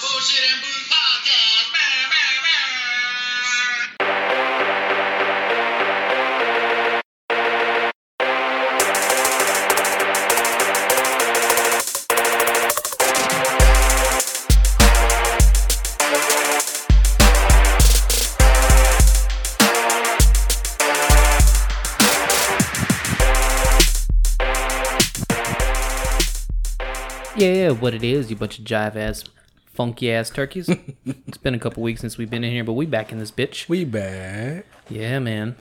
Bullshit and Brew Podcast. Bah, bah, bah. Yeah, what it is, you bunch of jive ass, funky ass turkeys. it's been a couple weeks since we've been in here, but we back in this bitch. We back. Yeah, man.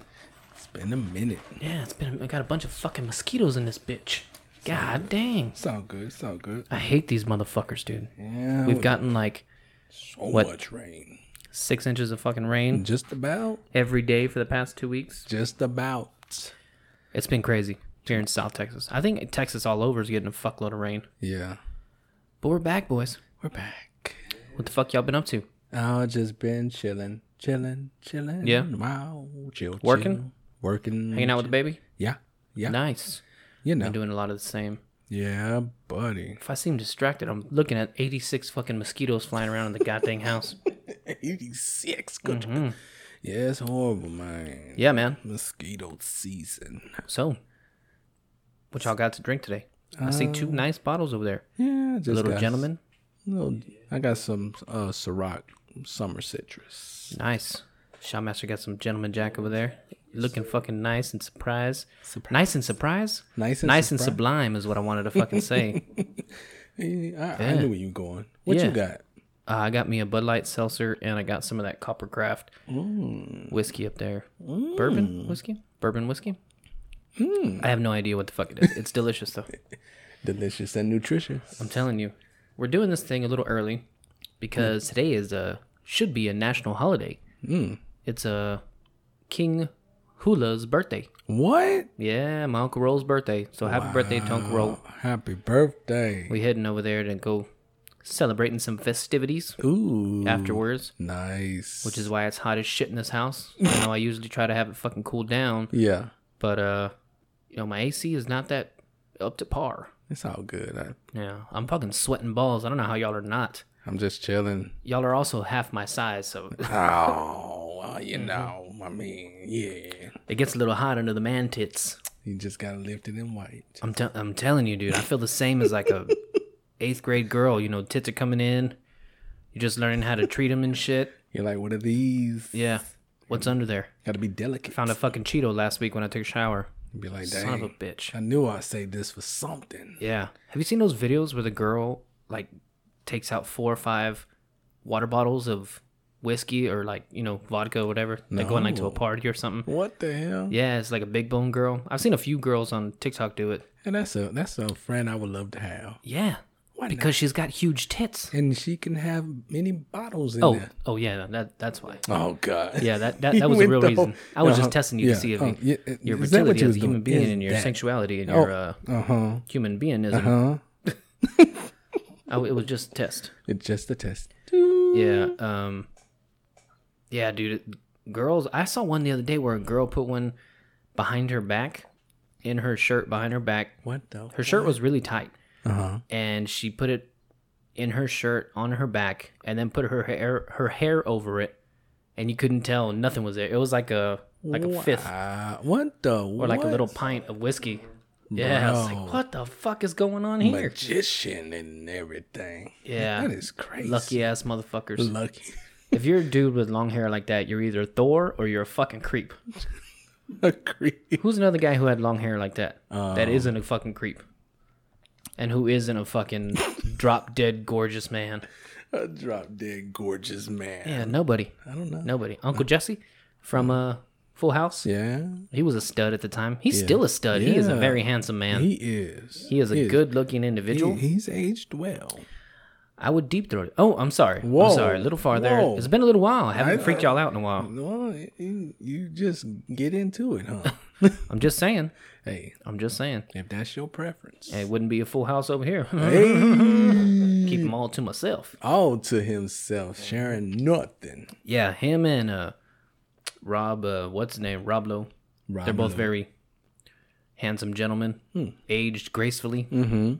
It's been a minute. Yeah, it's been. I got a bunch of fucking mosquitoes in this bitch. God dang. It's all good. It's all good. I hate these motherfuckers, dude. Yeah, We've gotten like so what- much rain. six inches of fucking rain Just about. every day for the past two weeks. Just about. It's been crazy here in South Texas. I think Texas all over is getting a fuckload of rain. Yeah, But we're back, boys. we're back. What the fuck y'all been up to? I just been chilling, chilling, chilling. Yeah. Wow. Chill. Working? chill. Working. Hanging out with the baby? Yeah. Yeah. Nice. You know. Been doing a lot of the same. yeah, buddy. If I seem distracted, I'm looking at 86 fucking mosquitoes flying around in the goddamn house. Eighty six. Good. Mm-hmm. Yeah, it's horrible, man. Yeah, man. Mosquito season. So, what y'all got to drink today? I see two nice bottles over there. Yeah, just Little got- gentleman. Little, I got some uh Ciroc summer citrus. Nice. Shotmaster got some gentleman jack over there. Looking fucking nice and surprise. Nice and surprise? Nice and nice and surprise. sublime is what I wanted to fucking say. Yeah, I, I knew where you were going. What Yeah. you got? uh, I got me a Bud Light seltzer and I got some of that Coppercraft whiskey up there. Bourbon whiskey? Bourbon whiskey? I have no idea what the fuck it is. It's delicious though. Delicious and nutritious. I'm telling you, we're doing this thing a little early because today is a should be a national holiday. Mm. It's a King Hula's birthday. What? Yeah, my uncle Roll's birthday. So happy birthday to Uncle Roll. Happy birthday. We heading over there to go celebrating some festivities Ooh. afterwards, Nice. which is why it's hot as shit in this house. you know, I usually try to have it fucking cool down, yeah. but uh, you know, my AC is not that up to par. It's all good. I, Yeah, I'm fucking sweating balls. I don't know how y'all are not. I'm just chilling. Y'all are also half my size, so Oh, well, you Mm-hmm. know, I mean, yeah. It gets a little hot under the man tits. You just gotta lift it in white. I'm, tell I'm telling you, dude. I feel the same as like a eighth grade girl. You know, tits are coming in. You're just learning how to treat them and shit. You're like, what are these? Yeah. What's under there? Gotta be delicate. Found a fucking Cheeto last week when I took a shower. be like, dang. Son of a I bitch. knew I saved this for something. Yeah. Have you seen those videos where the girl like takes out four or five water bottles of whiskey or like you know vodka or whatever? Like going like to a No. party or something. What the hell? Yeah, it's like a big bone girl. I've seen a few girls on TikTok do it. And that's a that's a friend I would love to have. Yeah. Why not? because she's got huge tits. And she can have many bottles in Oh, there. oh yeah, that that's why. Oh God. Yeah, that that, that was the real reason. I was just testing you to see if uh, you- yeah, uh, your is that what fertility you as was a human doing? being Is and your that- sexuality and your uh, Uh-huh. human beingism. Huh? I, it was just a test. It's just a test. Yeah. Um. Yeah, dude. Girls, I saw one the other day where a girl put one behind her back, in her shirt behind her back. What though? Her shirt was really tight, Uh-huh. and she put it in her shirt on her back, and then put her hair her hair over it, and you couldn't tell nothing was there. It was like a like a fifth Uh, what the or like a little pint of whiskey. Yeah, I was Bro. like, what the fuck is going on here? magician and everything. Yeah. That is crazy. Lucky ass motherfuckers. Lucky. if you're a dude with long hair like that, you're either Thor or you're a fucking creep. a creep. Who's another guy who had long hair like that? Um. that isn't a fucking creep. And who isn't a fucking drop dead gorgeous man? A drop dead gorgeous man. Yeah, nobody. I don't know. Nobody. Uncle Jesse from uh Full House. Yeah. He was a stud at the time. He's still a stud. He is a Yeah. very handsome man. He He, is. is a good looking individual. He, he's aged well. I would deep throat it. Oh, I'm sorry. Whoa. I'm sorry. A little farther. Whoa. um, It's been a little while. I haven't freaked y'all out in a while. No, you, you just get into it, huh? I'm just saying. hey, I'm just saying. if that's your preference. It wouldn't be a full house over here. Keep them all to myself. all to himself, sharing nothing. Yeah, him and uh, Rob. Uh, what's his name? Rob Lowe. Rob They're both Lowe. very handsome gentlemen, Hmm. aged gracefully. Mm-hmm.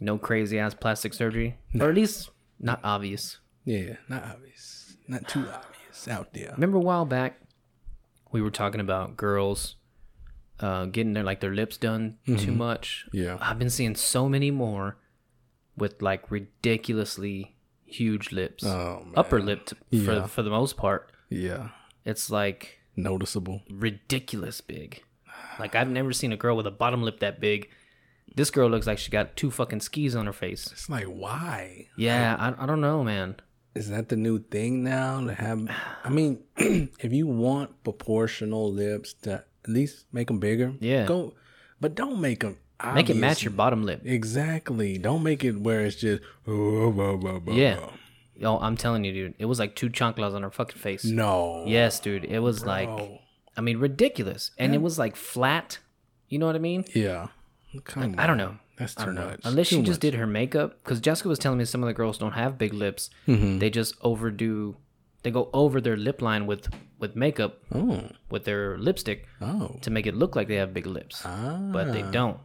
No crazy ass plastic surgery, or at least Not obvious. Yeah, not obvious. Not too obvious out there. Remember a while back, we were talking about girls uh, getting their like their lips done too much. Mm-hmm. Yeah. I've been seeing so many more with like ridiculously huge lips, Oh, man. upper lip t- Yeah. for for the most part. Yeah. It's like Noticeable. ridiculous big. Like I've never seen a girl with a bottom lip that big. This girl looks like she got two fucking skis on her face. It's like, why? Yeah, I, I don't know, man. Is that the new thing now to have? I mean, if you want proportional lips, to at least make them bigger. Yeah. Go, but don't make them. Make it match your bottom lip. Exactly. Don't make it where it's just. "Oh, blah, blah, blah, Yeah. blah." Yo, I'm telling you, dude. It was like two chanclas on her fucking face. No. Yes, dude. It was like, Oh. I mean, ridiculous. And it was like flat. You know what I mean? Yeah. Come I on. don't know. That's too I don't know. much. Unless too she just much. did her makeup. Because Jessica was telling me some of the girls don't have big lips. Mm-hmm. They just overdo, they go over their lip line with, with makeup, Mm. with their lipstick Oh. to make it look like they have big lips. Ah. But they don't.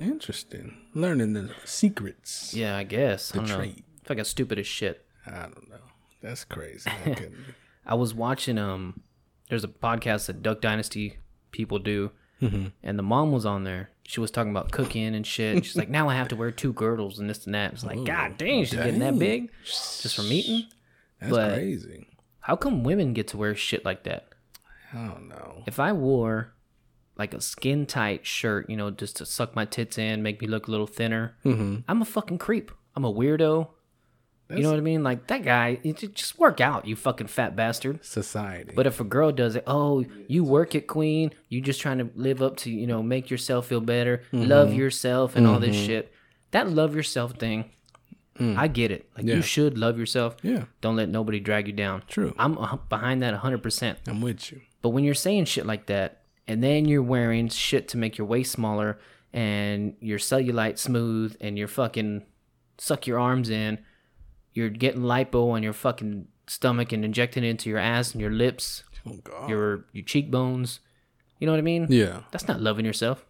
Interesting. Learning the secrets. Yeah, I guess. I don't know. trait. It's like a stupid as shit. I don't know. That's crazy. I couldn't- I was watching um there's a podcast that Duck Dynasty people do and the mom was on there. She was talking about cooking and shit. She's like, Now I have to wear two girdles and this and that. It's like, God dang, she's getting that dang. big just from eating? That's But- crazy. How come women get to wear shit like that? I don't know. If I wore like a skin tight shirt, you know, just to suck my tits in, make me look a little thinner, I'm a fucking creep. I'm a weirdo. you know what I mean? Like that guy, you ju- just work out, you fucking fat bastard. Society. But if a girl does it, oh, you work it, queen. You just trying to live up to, you know, make yourself feel better, love Mm-hmm. yourself, and all this shit. That love yourself thing, I get it. Like Mm. Yeah. you should love yourself. yeah. Don't let nobody drag you down. True. I'm uh, behind that 100%. I'm with you. But when you're saying shit like that, and then you're wearing shit to make your waist smaller, and your cellulite smooth, and your fucking suck your arms in, you're getting lipo on your fucking stomach and injecting it into your ass and your lips, Oh God. your your cheekbones. You know what I mean? yeah. That's not loving yourself.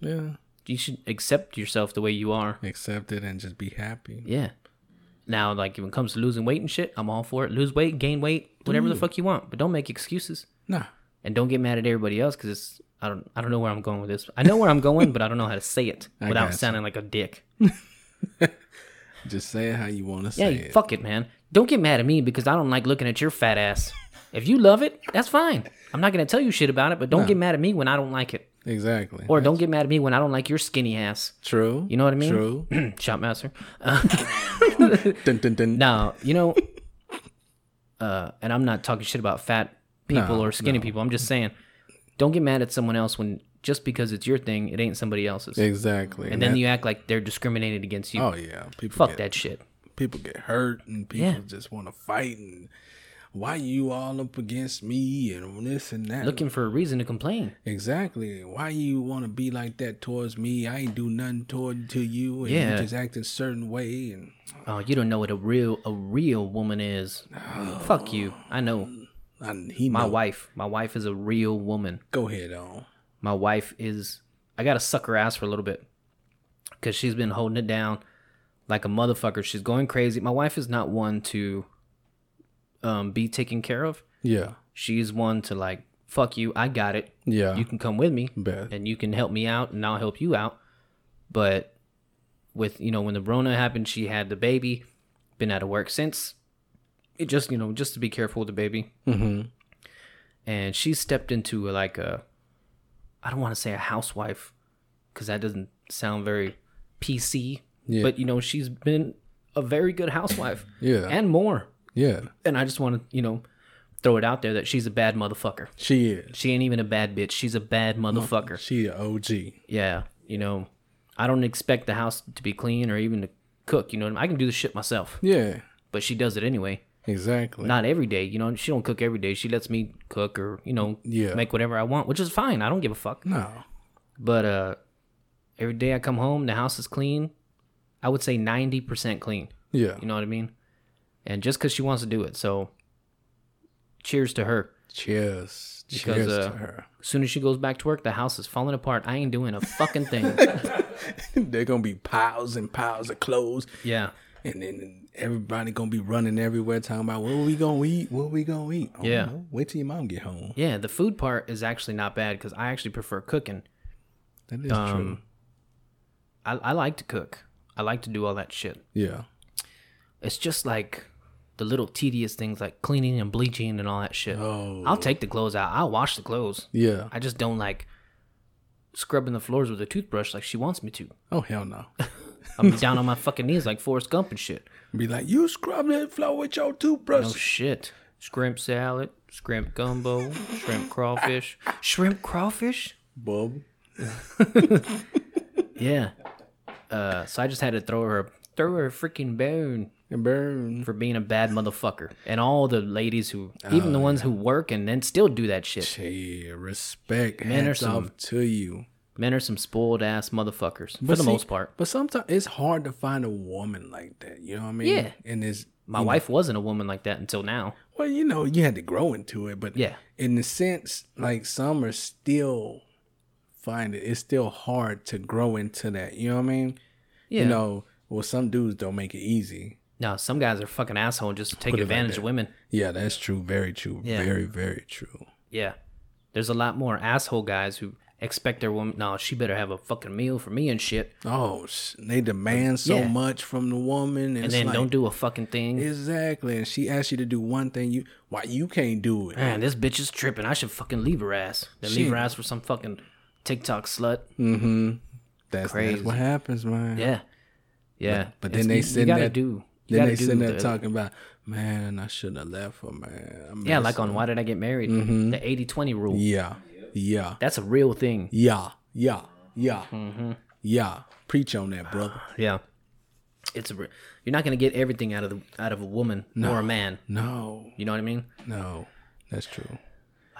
Yeah. You should accept yourself the way you are. Accept it and just be happy. Yeah. Now, like when it comes to losing weight and shit, I'm all for it. Lose weight, gain weight, whatever Mm. the fuck you want, but don't make excuses. Nah. and don't get mad at everybody else because it's I don't I don't know where I'm going with this. I know where I'm going, but I don't know how to say it without gotcha. sounding like a dick. Just say it how you want to Yeah, say you- it. fuck it, man. Don't get mad at me because I don't like looking at your fat ass. If you love it, that's fine. I'm not gonna tell you shit about it, but don't get mad at me when I don't like it, Exactly. or don't get mad at me when I don't like your skinny ass. True. You know what I mean? True. Shopmaster. dun, dun, dun. No, you know, uh, and I'm not talking shit about fat people or skinny people. I'm just saying, don't get mad at someone else when just because it's your thing, it ain't somebody else's. Exactly. and then you act like they're discriminated against you. Oh yeah. People Fuck get, that shit. People get hurt and people Yeah. just want to fight and why you all up against me and this and that. Looking for a reason to complain. Exactly. Why you want to be like that towards me? I ain't do nothing toward to you, and Yeah. you just act a certain way. And Oh, you don't know what a real a real woman is. Fuck you. I know. I, he My know. wife. My wife is a real woman. Go ahead on. My wife is. I gotta suck her ass for a little bit, cause she's been holding it down like a motherfucker. She's going crazy. My wife is not one to um, be taken care of. Yeah. She's one to like fuck you. I got it. Yeah. You can come with me. bet. and you can help me out and I'll help you out. But with you know, when the Rona happened, she had the baby, been out of work since. It just you know, just to be careful with the baby. Mhm. And she stepped into like a, I don't want to say a housewife, because that doesn't sound very PC. Yeah. But you know, she's been a very good housewife Yeah. and more. yeah. And I just want to you know, throw it out there that she's a bad motherfucker. She is. She ain't even a bad bitch. She's a bad motherfucker. She a OG. Yeah, you know, I don't expect the house to be clean or even to cook. You know, what I mean? I can do the shit myself, Yeah. but she does it anyway. Exactly. Not every day, you know. She don't cook every day. She lets me cook or you know, Yeah. make whatever I want, which is fine. I don't give a fuck. no. But uh, every day I come home, the house is clean. I would say ninety percent clean. Yeah. You know what I mean? And just because she wants to do it, so cheers to her. Cheers. Because, Cheers uh, to her. As soon as she goes back to work, the house is falling apart. I ain't doing a fucking thing. They're gonna be piles and piles of clothes yeah. and then everybody gonna be running everywhere talking about what we gonna eat, what we gonna eat. I don't Yeah. know. wait till your mom get home. Yeah, the food part is actually not bad because I actually prefer cooking. That is Um, I, I like to cook. I like to do all that shit. true. Yeah, It's just like the little tedious things like cleaning and bleaching and all that shit. Oh. I'll take the clothes out. I'll wash the clothes. yeah. I just don't like scrubbing the floors with a toothbrush like she wants me to. Oh hell no. I'm down on my fucking knees like Forrest Gump and shit. Be like, you scrub that floor with your toothbrush. Oh shit. Shrimp salad, shrimp gumbo, shrimp crawfish. Shrimp crawfish? Bub. Yeah. Uh, so I just had to throw her throw her a freaking bone And burn. for being a bad motherfucker. And all the ladies who even Oh, the ones who work and then still do that shit. Hey, respect. Men are Hats some- off to you. Men are some spoiled ass motherfuckers. For But the see- most part. But sometimes it's hard to find a woman like that. You know what I mean? Yeah. And it's My wife wasn't a woman like that until now. well, you know, you had to grow into it, but Yeah. in the sense, like some are still find it. It's still hard to grow into that. You know what I mean? Yeah. You know, well, some dudes don't make it easy. no, some guys are fucking asshole and just take Put it like advantage that. of women. Yeah, that's true. Very true. Yeah. Very, very true. Yeah. There's a lot more asshole guys who expect their woman, no, she better have a fucking meal for me and shit. Oh, s- they demand so Yeah. much from the woman, and, And it's then like, don't do a fucking thing. exactly. And she asks you to do one thing, you why you can't do it? Man, this bitch is tripping. I should fucking leave her ass. Then leave Shit. her ass for some fucking TikTok slut. Mm-hmm. That's, that's Crazy. what happens, man. Yeah. Yeah. but It's- then they you- send you gotta that- do. You Then gotta they do sitting there the- talking about, man, I shouldn't have left her, man. I Yeah, messed like on up." Why Did I Get Married? The 80 20 rule. Mm-hmm. Yeah, yeah, That's a real thing. yeah, yeah, yeah, Mm-hmm. yeah. Preach on that, brother. Yeah. It's a re- you're not gonna get everything out of the out of a woman or a man. No, You know what I mean? no, that's true.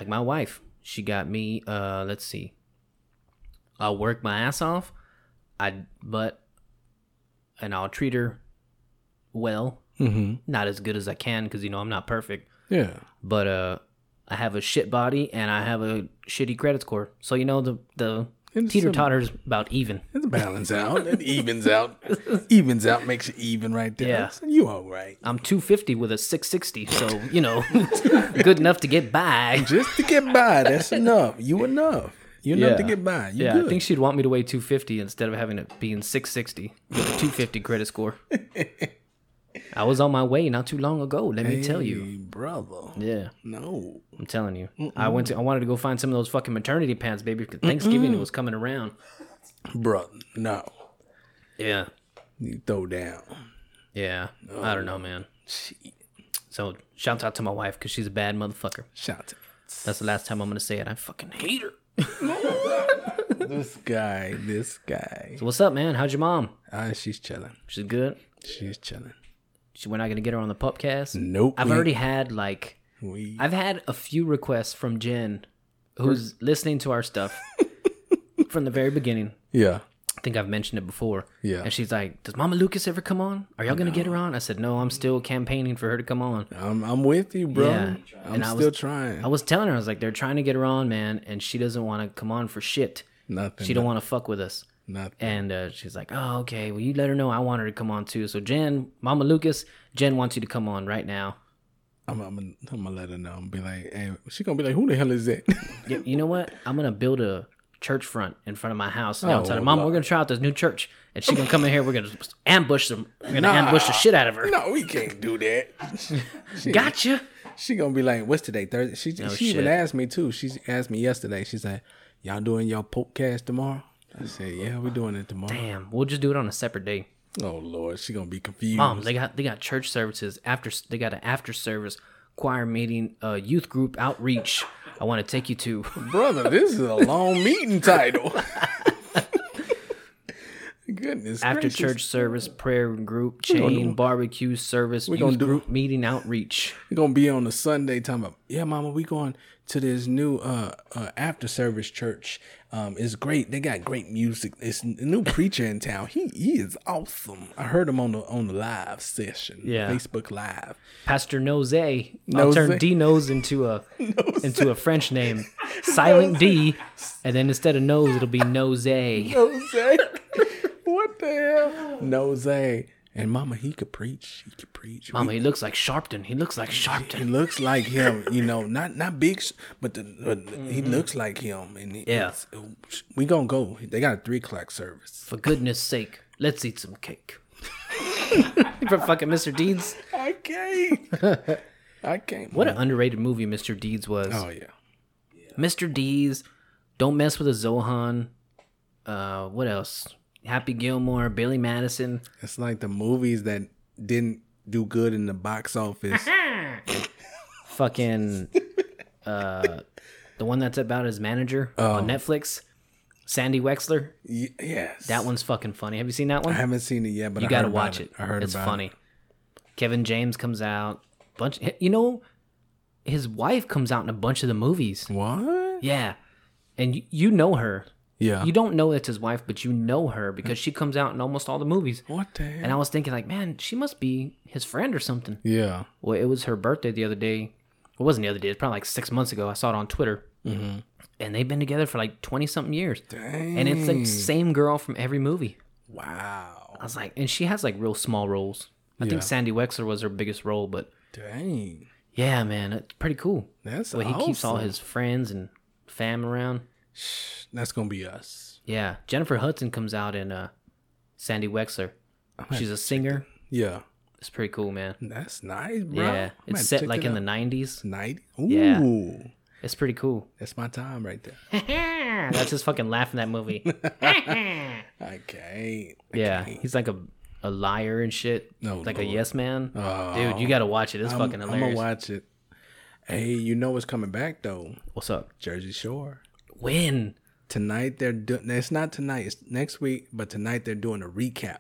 like my wife she got me uh let's see i'll work my ass off i but and i'll treat her well Mm-hmm. not as good as i can because you know i'm not perfect Yeah, but uh i have a shit body and i have a shitty credit score so you know the the It's teeter totter's about even it's balance out. It evens out. evens out. Makes it even right there. Yeah. So you all right? i'm 250 with a 660 so you know good enough to get by Just to get by. That's enough. You enough. You enough to Yeah. get by. You yeah good. i think she'd want me to weigh 250 instead of having it being 660 with a 250 credit score i was on my way not too long ago let me tell you Hey, brother. yeah No. i'm telling you i went to i wanted to go find some of those fucking maternity pants baby because thanksgiving was coming around Bruh, no. yeah You throw down. yeah i don't know man so shout out to my wife because she's a bad motherfucker Shout out. that's the last time i'm gonna say it i fucking hate her This guy, this guy. so what's up man how's your mom Ah, she's chilling. she's good She's chilling. she, we're not gonna get her on the pupcast Nope. i've we- already had like We, I've had a few requests from Jen, who's listening to our stuff from the very beginning. yeah. I think I've mentioned it before. Yeah. And she's like, Does Mama Lucas ever come on? Are y'all going to get her on? I said, No, I'm still campaigning for her to come on. I'm, I'm with you, bro. Yeah. I'm And I was- still trying. I was telling her, I was like, They're trying to get her on, man. And she doesn't want to come on for shit. nothing. She don't want to fuck with us. nothing. And uh, she's like, Oh, okay. Well, you let her know I want her to come on too. So, Jen, Mama Lucas, Jen wants you to come on right now. I'm, I'm, gonna- I'm gonna let her know. I'm be like, hey, she gonna be like, who the hell is that? Y- You know what? I'm gonna build a church front in front of my house. And Oh, I'll tell her, Mom, Lord. we're gonna try out this new church, and she gonna come in here. We're gonna ambush them. We're gonna ambush the shit out of her. no, we can't do that. she, Gotcha. she gonna be like, what's today? Thursday. She, she Oh, shit. even asked me too. She asked me yesterday. She said, y'all doing your podcast tomorrow? I said, yeah, we doing it tomorrow. Damn. We'll just do it on a separate day. Oh Lord, she gonna be confused. Mom, they got they got church services after. They got an after service choir meeting, uh, youth group outreach. I want to take you to. Brother, this is a long meeting title. Goodness After gracious. church service, prayer group, gonna chain, do- barbecue service, gonna youth do- group meeting outreach. We're gonna be on a Sunday talking about, yeah, mama, we going to this new uh, uh after service church. Um, it's great. They got great music. It's a new preacher in town. He he is awesome. I heard him on the on the live session. Yeah. Facebook Live. Pastor Nose. I'll turn Nose. D nose into a into a French name. Silent D, and then instead of nose, it'll be Nose. Jose. what the hell? Jose. And Mama, he could preach. He could preach. Mama, Um, he looks like Sharpton. He looks like He Sharpton. looks like him, you know, not not big, sh- but, the, but he looks like him. And it- Mm-hmm. Yeah. it's- oh, we gonna go. They got a three o'clock service. For goodness sake, let's eat some cake. From fucking Mr. Deeds. I can't. I can't. What an underrated movie Mr. Deeds was. Oh yeah. Mr. Deeds, Don't Mess with a Zohan. Uh, what else? Happy Gilmore, Billy Madison. It's like the movies that didn't do good in the box office. fucking uh the one that's about his manager Oh. on Netflix, Sandy Wexler. Y- yes. That one's fucking funny. Have you seen that I one? haven't seen it yet, but You I gotta heard about watch it. I heard it's about funny. It. Kevin James comes out. Bunch you know, his wife comes out in a bunch of the movies. What? Yeah. And you, you know her. Yeah. You don't know it's his wife, but you know her because she comes out in almost all the movies. what the hell? And I was thinking like, man, she must be his friend or something. yeah. Well, it was her birthday the other day. It wasn't the other day. It's probably like six months ago. I saw it on Twitter. Mm-hmm. And they've been together for like twenty something years. Dang. And it's the same girl from every movie. wow. I was like, and she has like real small roles. I Yeah. think Sandy Wexler was her biggest role, but Dang. yeah, man, it's pretty cool. That's But he awesome. keeps all his friends and fam around. That's gonna be us. Yeah, Jennifer Hudson comes out in uh, Sandy Wexler. She's a singer. Yeah. It's pretty cool, man. That's nice, bro. Yeah, it's set like in the nineties. night. Ooh. Yeah. It's pretty cool. That's my time right there. That's his fucking laugh in that movie. I can't. I Yeah, can't. he's like a a liar and shit. No, like a Lord. yes man. Oh. Dude, you gotta watch it. It's I'm, fucking I'm hilarious. gonna watch it. Hey, you know what's coming back though? What's up? Jersey Shore. When? Tonight they're doing. It's not tonight. It's next week. But tonight they're doing a recap.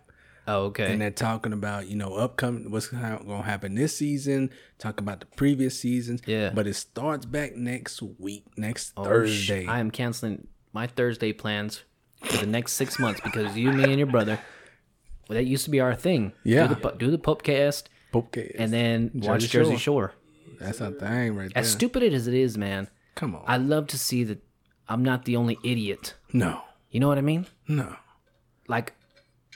Oh, okay. And they're talking about you know upcoming what's gonna gonna happen this season. Talk about the previous seasons. Yeah. But it starts back next week, next Oh, sh- Thursday. I am canceling my Thursday plans for the next six months because you, me, and your brother. Well, that used to be our thing. Yeah. Do the, pu- do the pupcast Okay, and then watch Jersey Shore. that's a thing right there. As stupid as it is, man, Come on. I love to see that I'm not the only idiot. no, You know what I mean? no. Like,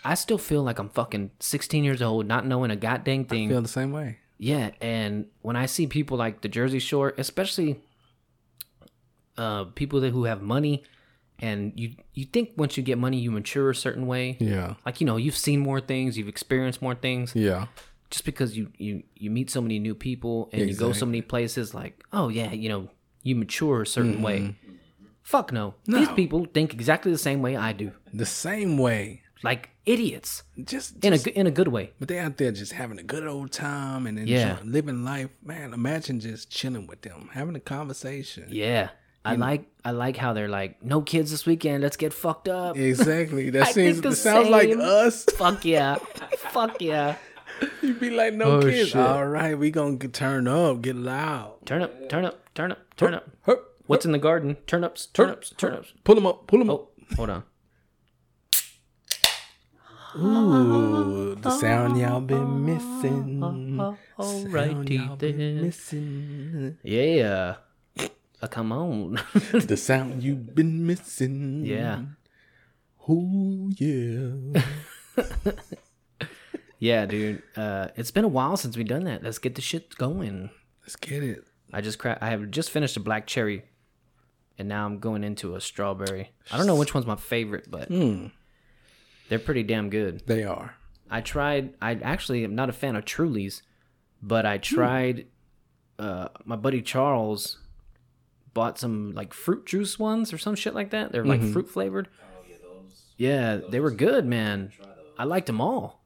I still feel like I'm fucking 16 years old, not knowing a goddamn thing. Feel the same way. Yeah, and when I see people like the Jersey Shore, especially uh, people that who have money, and you you think once you get money you mature a certain way. Yeah. Like you know you've seen more things, you've experienced more things. Yeah. Just because you you you meet so many new people and you go so Exactly. many places, like oh yeah, you know you mature a certain Mm-hmm. way. Fuck no. These people think exactly the same way I do, The same way. like idiots Just, in a just good in a good way. but they out there just having a good old time and enjoy, Yeah. living life. Man, imagine just chilling with them, having a conversation. Yeah. I like I like how they're like no kids this weekend. Let's get fucked up. Exactly. That I seems think the that sounds like same. us. Fuck yeah. Fuck yeah. You'd be like, no Oh, kids. shit. All right, we gonna get, turn up, get loud. Turn up, turn up, turn up, turn up. Hup, What's in the garden? Turnips, turnips, turnips. Pull them up. Pull them up. Oh, Hold on. Oh. Ooh, the sound y'all been missing. Mm. Sound y'all Alrighty been then. missing. Yeah. Uh, come on. The sound you've been missing. yeah. Oh yeah. Yeah, dude. Uh, it's been a while since we've done that. Let's get the shit going. Let's get it. I just cra- I have just finished a black cherry, and now I'm going into a strawberry. I don't know which one's my favorite, but Hmm. they're pretty damn good. They are. I tried. I actually am not a fan of Truly's, but I tried. Uh, my buddy Charles bought some like fruit juice ones or some shit like that. They're like fruit flavored. yeah, they were good, man. I liked them all.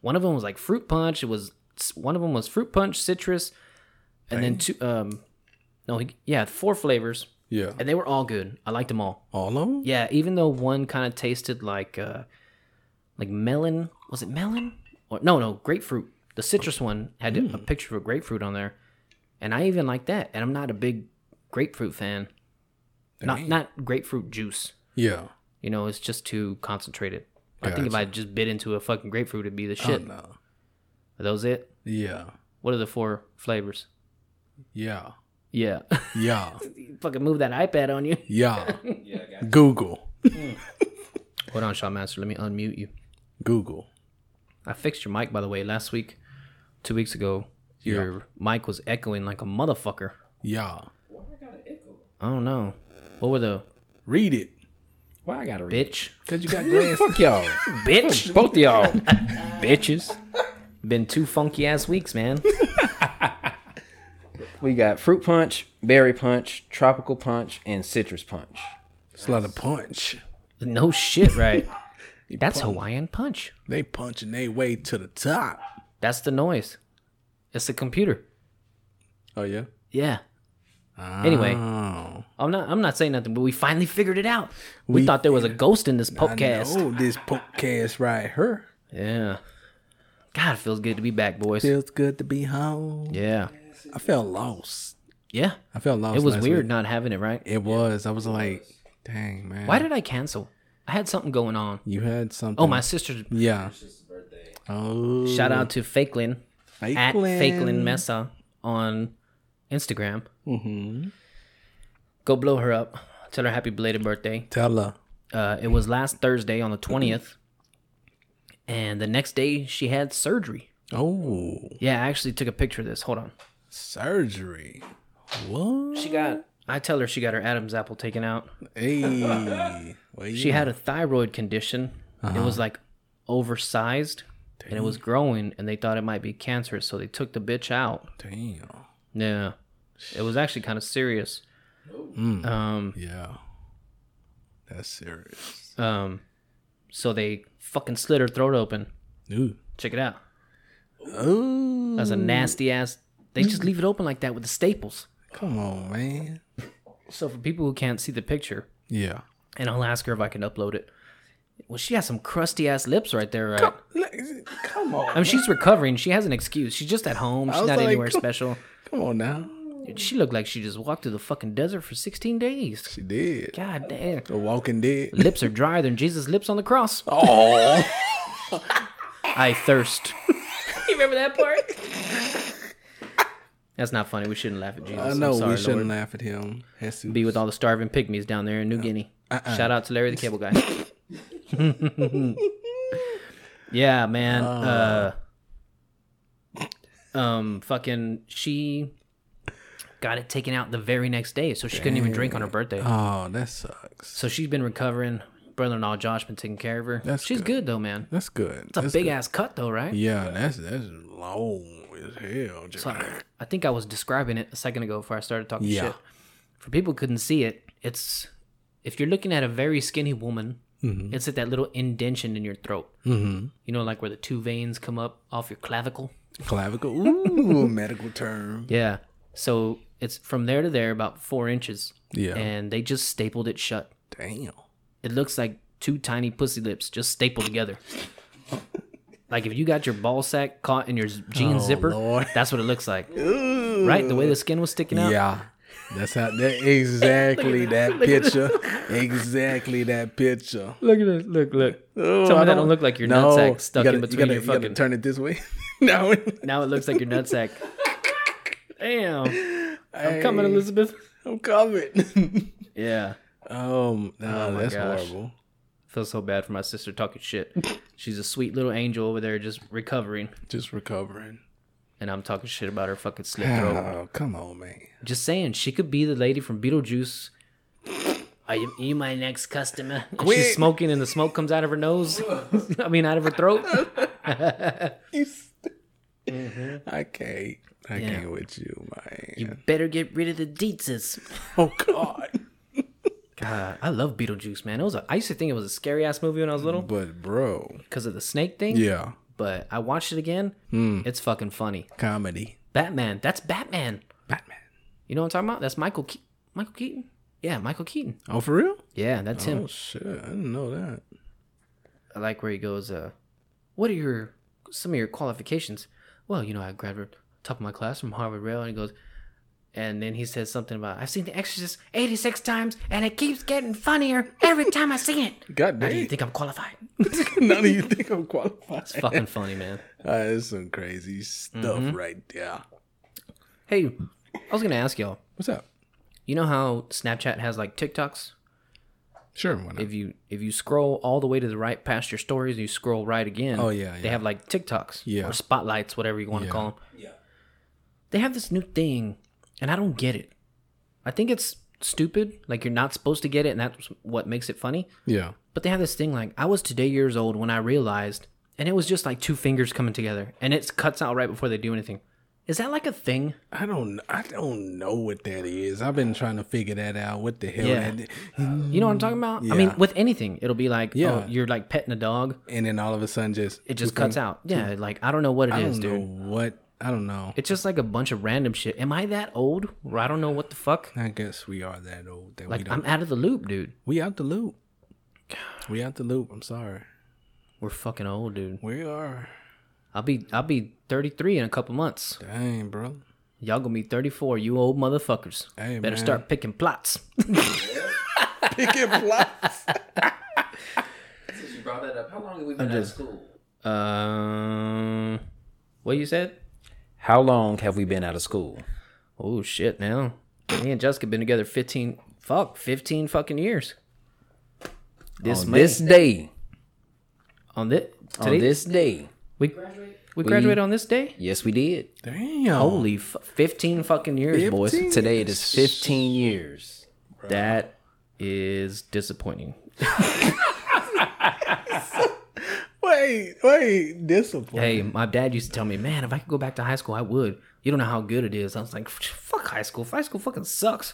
One of them was like fruit punch. It was one of them was fruit punch, citrus, and then two. Um, no, he, yeah, four flavors, Yeah. and they were all good. I liked them all. All of them? Yeah, even though one kind of tasted like uh like melon, was it melon? Or no, no, grapefruit. The citrus one had a picture of a grapefruit on there. And I even like that, and I'm not a big grapefruit fan. Not not grapefruit juice. Yeah. You know, it's just too concentrated. I think if I just bit into a fucking grapefruit it'd be the shit. Oh, No. Are those it? Yeah. What are the four flavors? Yeah. Yeah. Yeah. fucking move that iPad on you. Yeah. Google. Hold on, Shawn Master, let me unmute you. Google. I fixed your mic by the way last week, two weeks ago. Your mic was echoing like a motherfucker. Yeah. I don't know. What were the Read it. Why I gotta read? bitch, Cause you got glass. Fuck y'all, bitch, both of y'all. bitches? Been two funky ass weeks, man. We got fruit punch, berry punch, tropical punch, and citrus punch. It's a lot of punch. No shit, right? That's Hawaiian punch. They punching their way to the top. That's the noise. It's the computer. Oh yeah. Yeah. Anyway, Oh. I'm not. I'm not saying nothing. But we finally figured it out. We, We thought there was a ghost in this I podcast. know this podcast right here. Yeah. God, it feels good to be back, boys. Feels good to be home. yeah. I felt lost. Yeah. I felt lost. It was last weird week. not having it, right? It was. I was like, dang man. Why did I cancel? I had something going on. you had something? Oh, my sister's. Yeah. Oh. Shout out to Fakelin at Fakelin Mesa on Instagram. Mm-hmm. Go blow her up. Tell her happy belated birthday. Tell her. Uh, it was last Thursday on the 20th. And the next day, she had surgery. Oh, Yeah, I actually took a picture of this. Hold on. surgery. What? She got. I tell her she got her Adam's apple taken out. Hey. Well, She had a thyroid condition. It Uh-huh. was like oversized, and it was growing, and they thought it might be cancerous, so they took the bitch out. damn. Yeah, it was actually kind of serious. Um, Yeah. That's serious. um, so they fucking slit her throat open. Ooh. Check it out. Ooh. That's a nasty ass. They just leave it open like that with the staples. Come on, man. So for people who can't see the picture, Yeah. and I'll ask her if I can upload it. Well, she has some crusty ass lips right there, right? Come on. I mean, she's recovering. She has an excuse. She's just at home. She's was not like, anywhere come- special. Come on now. Dude, She looked like she just walked through the fucking desert for 16 days. She did. God damn. The Walking Dead. Lips are drier than Jesus' lips on the cross. Oh. I thirst. you remember that part? That's not funny. We shouldn't laugh at Jesus. I I'm know sorry, we shouldn't Uh, Lord. laugh at him. Jesus. Be with all the starving pygmies down there in New Guinea. Shout out to Larry the Cable Guy. yeah, man. uh, um, fucking, she got it taken out the very next day, so she couldn't even drink on her birthday. Oh, that sucks. So she's been recovering. Brother in law Josh been taking care of her. That's she's good. good. though, man. That's good. It's a That's big good. ass cut though, right? Yeah, that's that's long as hell. Just, So I- I think I was describing it a second ago before I started talking Yeah. shit. For people who couldn't see it, it's if you're looking at a very skinny woman, it's at that little indentation in your throat. mm-hmm. You know, like where the two veins come up off your clavicle. Clavicle. Ooh, medical term. Yeah. So it's from there to there about four inches. Yeah. And they just stapled it shut. Damn. It looks like two tiny pussy lips just stapled together. like if you got your ball sack caught in your z- jean Oh, zipper, Lord. that's what it looks like. Right? The way the skin was sticking out. Yeah. That's how that exactly that picture. Exactly that picture. Look at this. Look, look. Oh, Tell me that no. don't look like your No, nutsack stuck you gotta, in you between gotta, your you gotta fucking. turn it this way. no. Now it looks like your nutsack. Damn. I'm coming, Hey, Elizabeth. I'm coming. Yeah. um no, my that's gosh. horrible. Feel so bad for my sister talking shit. She's a sweet little angel over there just recovering, Just recovering. and I'm talking shit about her fucking slit throat. Oh, come on, man. Just saying, she could be the lady from Beetlejuice. Are you, you my next customer? And Quick. She's smoking, and the smoke comes out of her nose. I mean, out of her throat. I can't. I Yeah. can't with you, man. You better get rid of the deetses. Oh God. God, I love Beetlejuice, man. It was a, I used to think it was a scary ass movie when I was little But bro, because of the snake thing. Mm. yeah, Mm. But I watched it again. It's fucking funny. comedy. Batman. That's Batman. Batman. You know what I'm talking about? That's Michael. Ke- Michael Keaton. Yeah, Michael Keaton. Oh, for real? Yeah, that's Oh him. shit, I didn't know that. I like where he goes. Uh, what are your some of your qualifications? Well, you know, I graduated top of my class from Harvard Rail, and he goes, and then he says something about I've seen The Exorcist 86 times, and it keeps getting funnier every time I see it. God How do you damn. think I'm qualified? None of you think I'm qualified. It's fucking funny, man. Uh, that's some crazy stuff right there. Hey, I was gonna ask y'all. What's up? You know how Snapchat has like TikToks? Sure. Why not? If you if you scroll all the way to the right past your stories, and you scroll right again. Oh, yeah, They yeah. have like TikToks Yeah. or spotlights, whatever you want to call them. Yeah. They have this new thing, and I don't get it. I think it's stupid. Like you're not supposed to get it, and that's what makes it funny. Yeah. But they have this thing like I was today years old when I realized, and it was just like two fingers coming together, and it cuts out right before they do anything. Is that like a thing? I don't. I don't know what that is. I've been trying to figure that out. What the hell? Yeah. That, You know what I'm talking about? I Yeah. mean, with anything, it'll be like, oh, Yeah. you're like petting a dog. and then all of a sudden, just It just cuts out. Yeah, like I don't know what it is, I don't know dude. what. I don't know. It's just like a bunch of random shit. Am I that old? Where I don't know what the fuck. I guess we are that old that we Like I'm don't. out of the loop, dude. we out the loop. We out the loop. I'm sorry. We're fucking old, dude. We are. I'll be I'll be 33 in a couple months. Dang, bro. Y'all gonna be 34, you old motherfuckers. Hey, Better man. start picking plots. Picking plots. Since you brought that up, how long have we been out of school? um, what you said? How long have we been out of school? Oh shit! Now me and Jessica been together 15 fuck 15 fucking years. This on May- this day, on this on today this day, we we graduated on this day. yes, we did. Damn. Holy fu 15 fucking years, boys. 15? Today it is 15 years. That is disappointing. Wait, wait. Discipline. Hey, my dad used to tell me, man, if I could go back to high school, I would. You don't know how good it is. I was like, fuck high school. High school fucking sucks.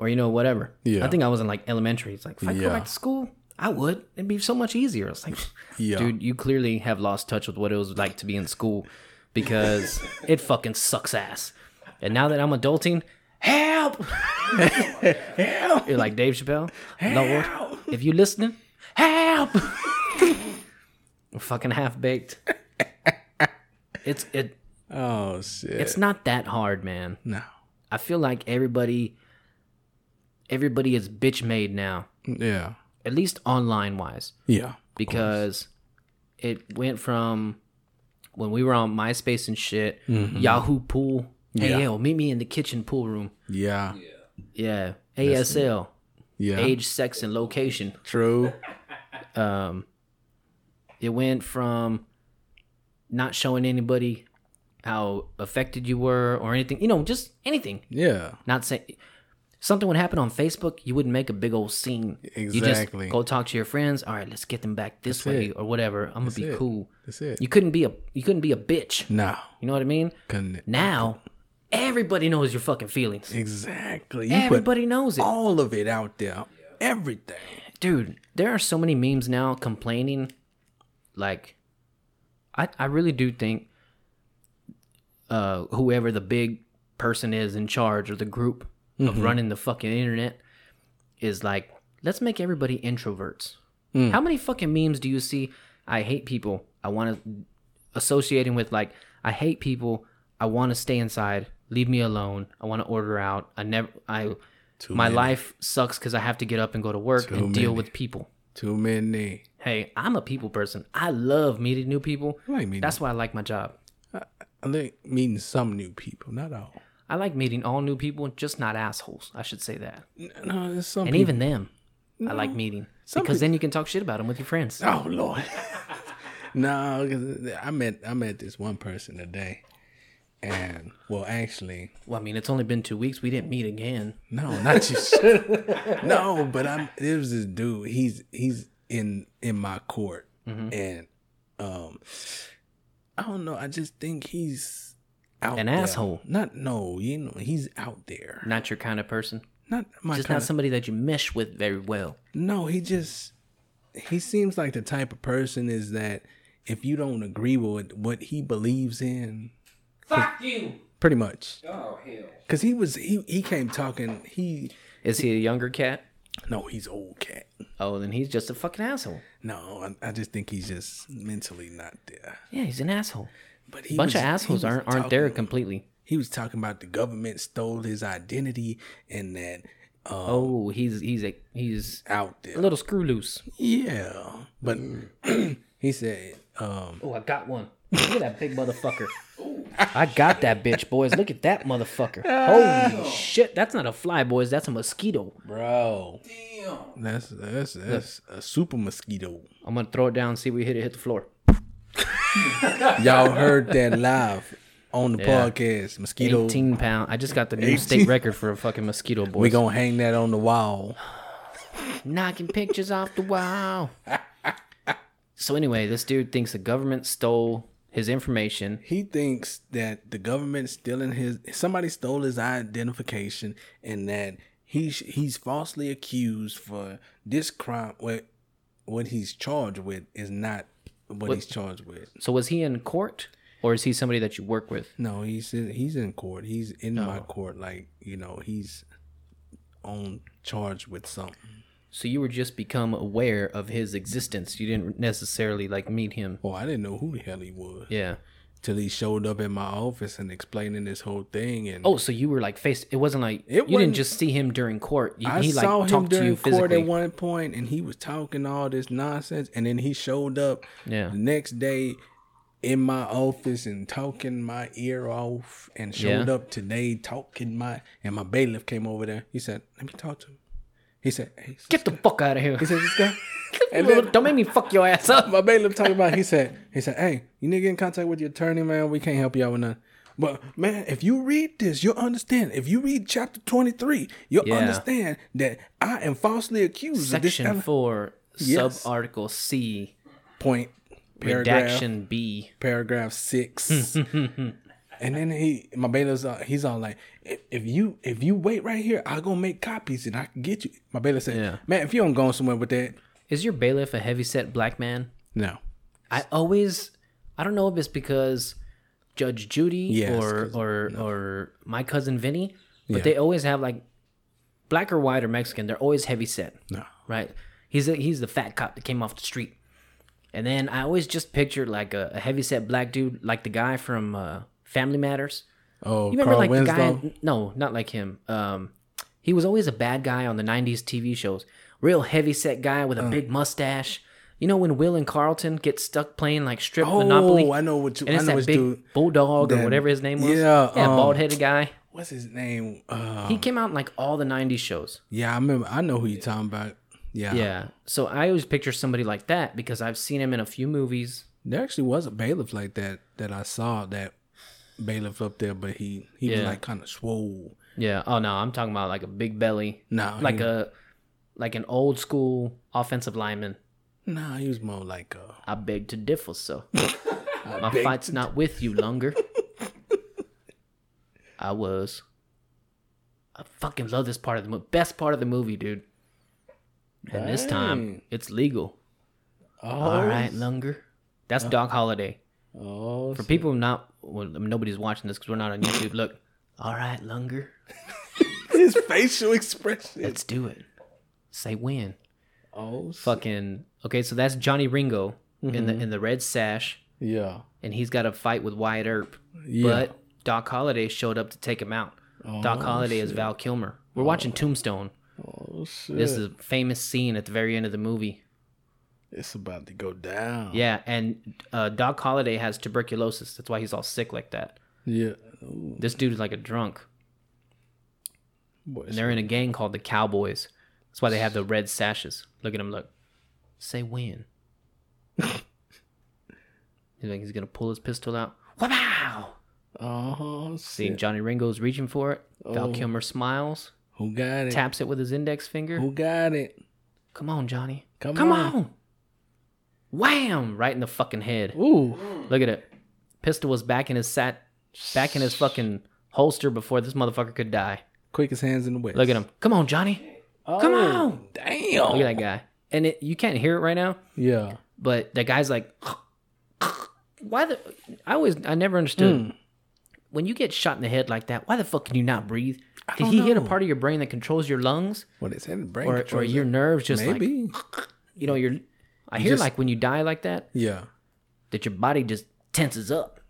Or, you know, whatever. Hmm. Yeah. I think I was in like elementary. It's like, if I could go Yeah. back to school, I would. It'd be so much easier. I was like, Yeah. dude, you clearly have lost touch with what it was like to be in school because it fucking sucks ass. And now that I'm adulting, help! You're like Dave Chappelle. Lord, if you listening, help! fucking half baked. It's it. Oh shit. It's not that hard, man. no. I feel like everybody, everybody is bitch made now, Yeah. at least online wise, Yeah. because it went from when we were on MySpace and shit, Yahoo Pool. Hey Mm-hmm. Yeah. yo, meet me in the kitchen pool room. Yeah. Yeah, ASL, Yeah. age, sex, and location. True. um, it went from not showing anybody how affected you were or anything, you know, just anything. Yeah. Not saying something would happen on Facebook, you wouldn't make a big old scene. You Exactly. just go talk to your friends. All right, let's get them back this way or whatever. I'm gonna be it. cool. That's it. You couldn't be a you couldn't be a bitch. no. You know what I mean? Couldn't. Now everybody knows your fucking feelings. Exactly. You Everybody knows it. put all of it out there. Everything. dude there are so many memes now complaining like i i really do think uh whoever the big person is in charge or the group Mm-hmm. of running the fucking internet is like let's make everybody introverts Mm. how many fucking memes do you see i hate people i want to associating with like i hate people i want to stay inside leave me alone i want to order out i never i my life sucks because I have to get up and go to work and deal many. with people. Too many. Hey, I'm a people person. I love meeting new people. I like meeting. That's why I like my job. I like meeting some new people, not all. I like meeting all new people, just not assholes. I should say that. N- No, there's some. And people. even them, I like meeting because then you can talk shit about them with your friends. Oh Lord. no, 'cause I met I met this one person today, and well, actually, Well, I mean, it's only been two weeks. We didn't meet again. No, not you. sir. no, but I'm. There was this dude. He's he's in in my court, Mm-hmm. and um, I don't know. I just think he's out An there. asshole. Not no. You know, he's out there. Not your kind of person. Not my Just kind not of- somebody that you mesh with very well. no, he just he seems like the type of person is that if you don't agree with what he believes in, Fuck you. pretty much. Oh hell. Cause he was he he came talking. He Is he a younger cat? no, he's old cat. Oh, then he's just a fucking asshole. No, I, I just think he's just mentally not there. Yeah, he's an asshole. But he Bunch was- of assholes he was aren't aren't there talking- completely. He was talking about the government stole his identity and that uh, Oh, he's he's a he's out a there. little screw loose. Yeah, but he said, um, Oh, I got one. Look at that big motherfucker. I got that bitch, boys. Look at that motherfucker. Holy shit. That's not a fly, boys. That's a mosquito. bro. That's that's that's a super mosquito. I'm going to throw it down and see if we hit it hit the floor. Y'all heard that live on the Yeah. podcast. Mosquito. 18 pound. I just got the new state record for a fucking mosquito, boys. We gonna hang that on the wall. knocking pictures off the wall. so anyway, this dude thinks the government stole his information. He thinks that the government's stealing his. Somebody stole his identification, and that he sh- he's falsely accused for this crime. What what he's charged with is not what, he's charged with. So was he in court, or is he somebody that you work with? No, he's in, he's in court. He's in my court. Like you know, he's on charge with something. So you were just become aware of his existence. You didn't necessarily like meet him. Well, I didn't know who the hell he was Yeah. till he showed up at my office and explaining this whole thing. And Oh, so you were like face. It wasn't like It you wasn't- didn't just see him during court. You, I he like saw him talked to during you court physically. at one point, and he was talking all this nonsense, and then he showed up Yeah. the next day in my office and talking my ear off, and showed Yeah. up today talking my. And my bailiff came over there. He said, "Let me talk to him." He said, "Hey, sis- Get the fuck out of here! he said, this guy." and Little- then Don't make me fuck your ass up. my bailiff talking about. He said, "He said, hey, you need to get in contact with your attorney, man. We can't help you out with nothing." But man, if you read this, you'll understand. If you read chapter twenty three, you'll Yeah. understand that I am falsely accused of this Section ele- four, Yes. sub article C, point paragraph redaction B. paragraph six. and then he, my bailiff's, uh, he's all like, if, if you if you wait right here, I'll go make copies and I can get you. My bailiff said, Yeah. man, if you don't go somewhere with that, Is your bailiff a heavyset black man? no. I always, I don't know if it's because Judge Judy Yes, or 'cause- or or my cousin Vinny, but Yeah. they always have like black or white or Mexican. They're always heavy set, No. right? He's a, he's the fat cop that came off the street, and then I always just pictured like a, a heavy set black dude, like the guy from uh, Family Matters. Oh, You remember Carl like Winslow. the guy? No, not like him. Um, he was always a bad guy on the '90s TV shows. Real heavy set guy with a Uh. big mustache. You know when Will and Carlton get stuck playing like strip Oh, Monopoly? I know what you. And I it's know that what big dude. bulldog that- or whatever his name was. yeah, um, bald headed guy. What's his name? Uh, He came out in like all the '90s shows. yeah, I remember. I know who you're talking about. Yeah. Yeah. So I always picture somebody like that because I've seen him in a few movies. There actually was a bailiff like that that I saw that bailiff up there, but he he was Yeah. like kind of swole. Yeah. Oh no, I'm talking about like a big belly, Nah, like he, a like an old school offensive lineman. nah, he was more like a. I beg to differ, sir. My fight's not with you longer. I was. I fucking love this part of the movie. Best part of the movie, dude. And this time, Dang. it's legal. Oh, All right, Lunger. That's Dog Holiday. Oh, For people not, well, nobody's watching this because we're not on YouTube. Look, all right, Lunger. his facial expression. Let's do it. Say when. Oh, Fucking okay. So that's Johnny Ringo in the in the red sash, yeah, and he's got a fight with Wyatt Earp. yeah. But Doc Holliday showed up to take him out. Doc Holliday is Val Kilmer. We're watching Tombstone. oh shit, This is a famous scene at the very end of the movie. it's about to go down. Yeah, and uh, Doc Holliday has tuberculosis. That's why he's all sick like that. yeah. This dude is like a drunk. Boy, And they're in a gang called the Cowboys. That's why they have the red sashes. Look at him, look. Say when. he's like, he's going to pull his pistol out. Wow! oh, See, shit. Johnny Ringo's reaching for it. Val Oh. Kilmer smiles, who got it? taps it with his index finger. Who got it? Come on, Johnny. Come Come on. on. Wham! Right in the fucking head. Ooh, Look at it. Pistol was back in his sat back in his fucking holster before this motherfucker could die. quickest hands in the west. Look at him. Come on, Johnny. Oh. Come on. Damn. Look at that guy. And it, you can't hear it right now, Yeah. but that guy's like why the I always I never understood Hmm. when you get shot in the head like that, why the fuck can you not breathe? Did don't he hit a know. part of your brain that controls your lungs? What is that? Brain Or, or controls your it. nerves just like maybe. you know, your I hear just- like when you die like that, yeah, that your body just tenses up.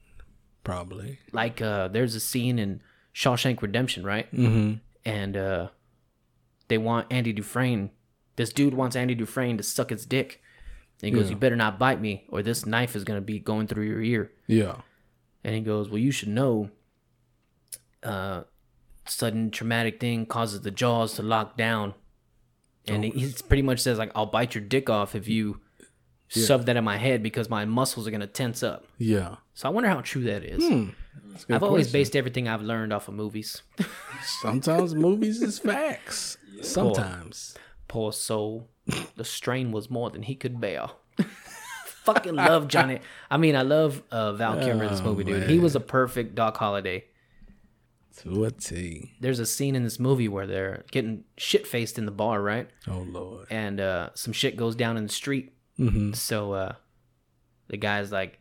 probably. Like uh, there's a scene in Shawshank Redemption, right? Mm-hmm. And uh, they want Andy Dufresne. This dude wants Andy Dufresne to suck his dick. And he goes, "You better not bite me, or this knife is gonna be going through your ear." Yeah. And he goes, Well, you should know uh, sudden traumatic thing causes the jaws to lock down. And he, he pretty much says, like, I'll bite your dick off if you shove that in my head because my muscles are going to tense up. Yeah. So I wonder how true that is. I've always based everything I've learned off of movies. Sometimes movies is facts. Sometimes. Poor soul. The strain was more than he could bear. Fucking love Johnny. I mean, I love uh, Val Kilmer in this movie, dude. He was a perfect Doc Holiday. To a T. There's a scene in this movie where they're getting shit faced in the bar, right? Oh Lord. And uh, some shit goes down in the street. So uh, the guy's like,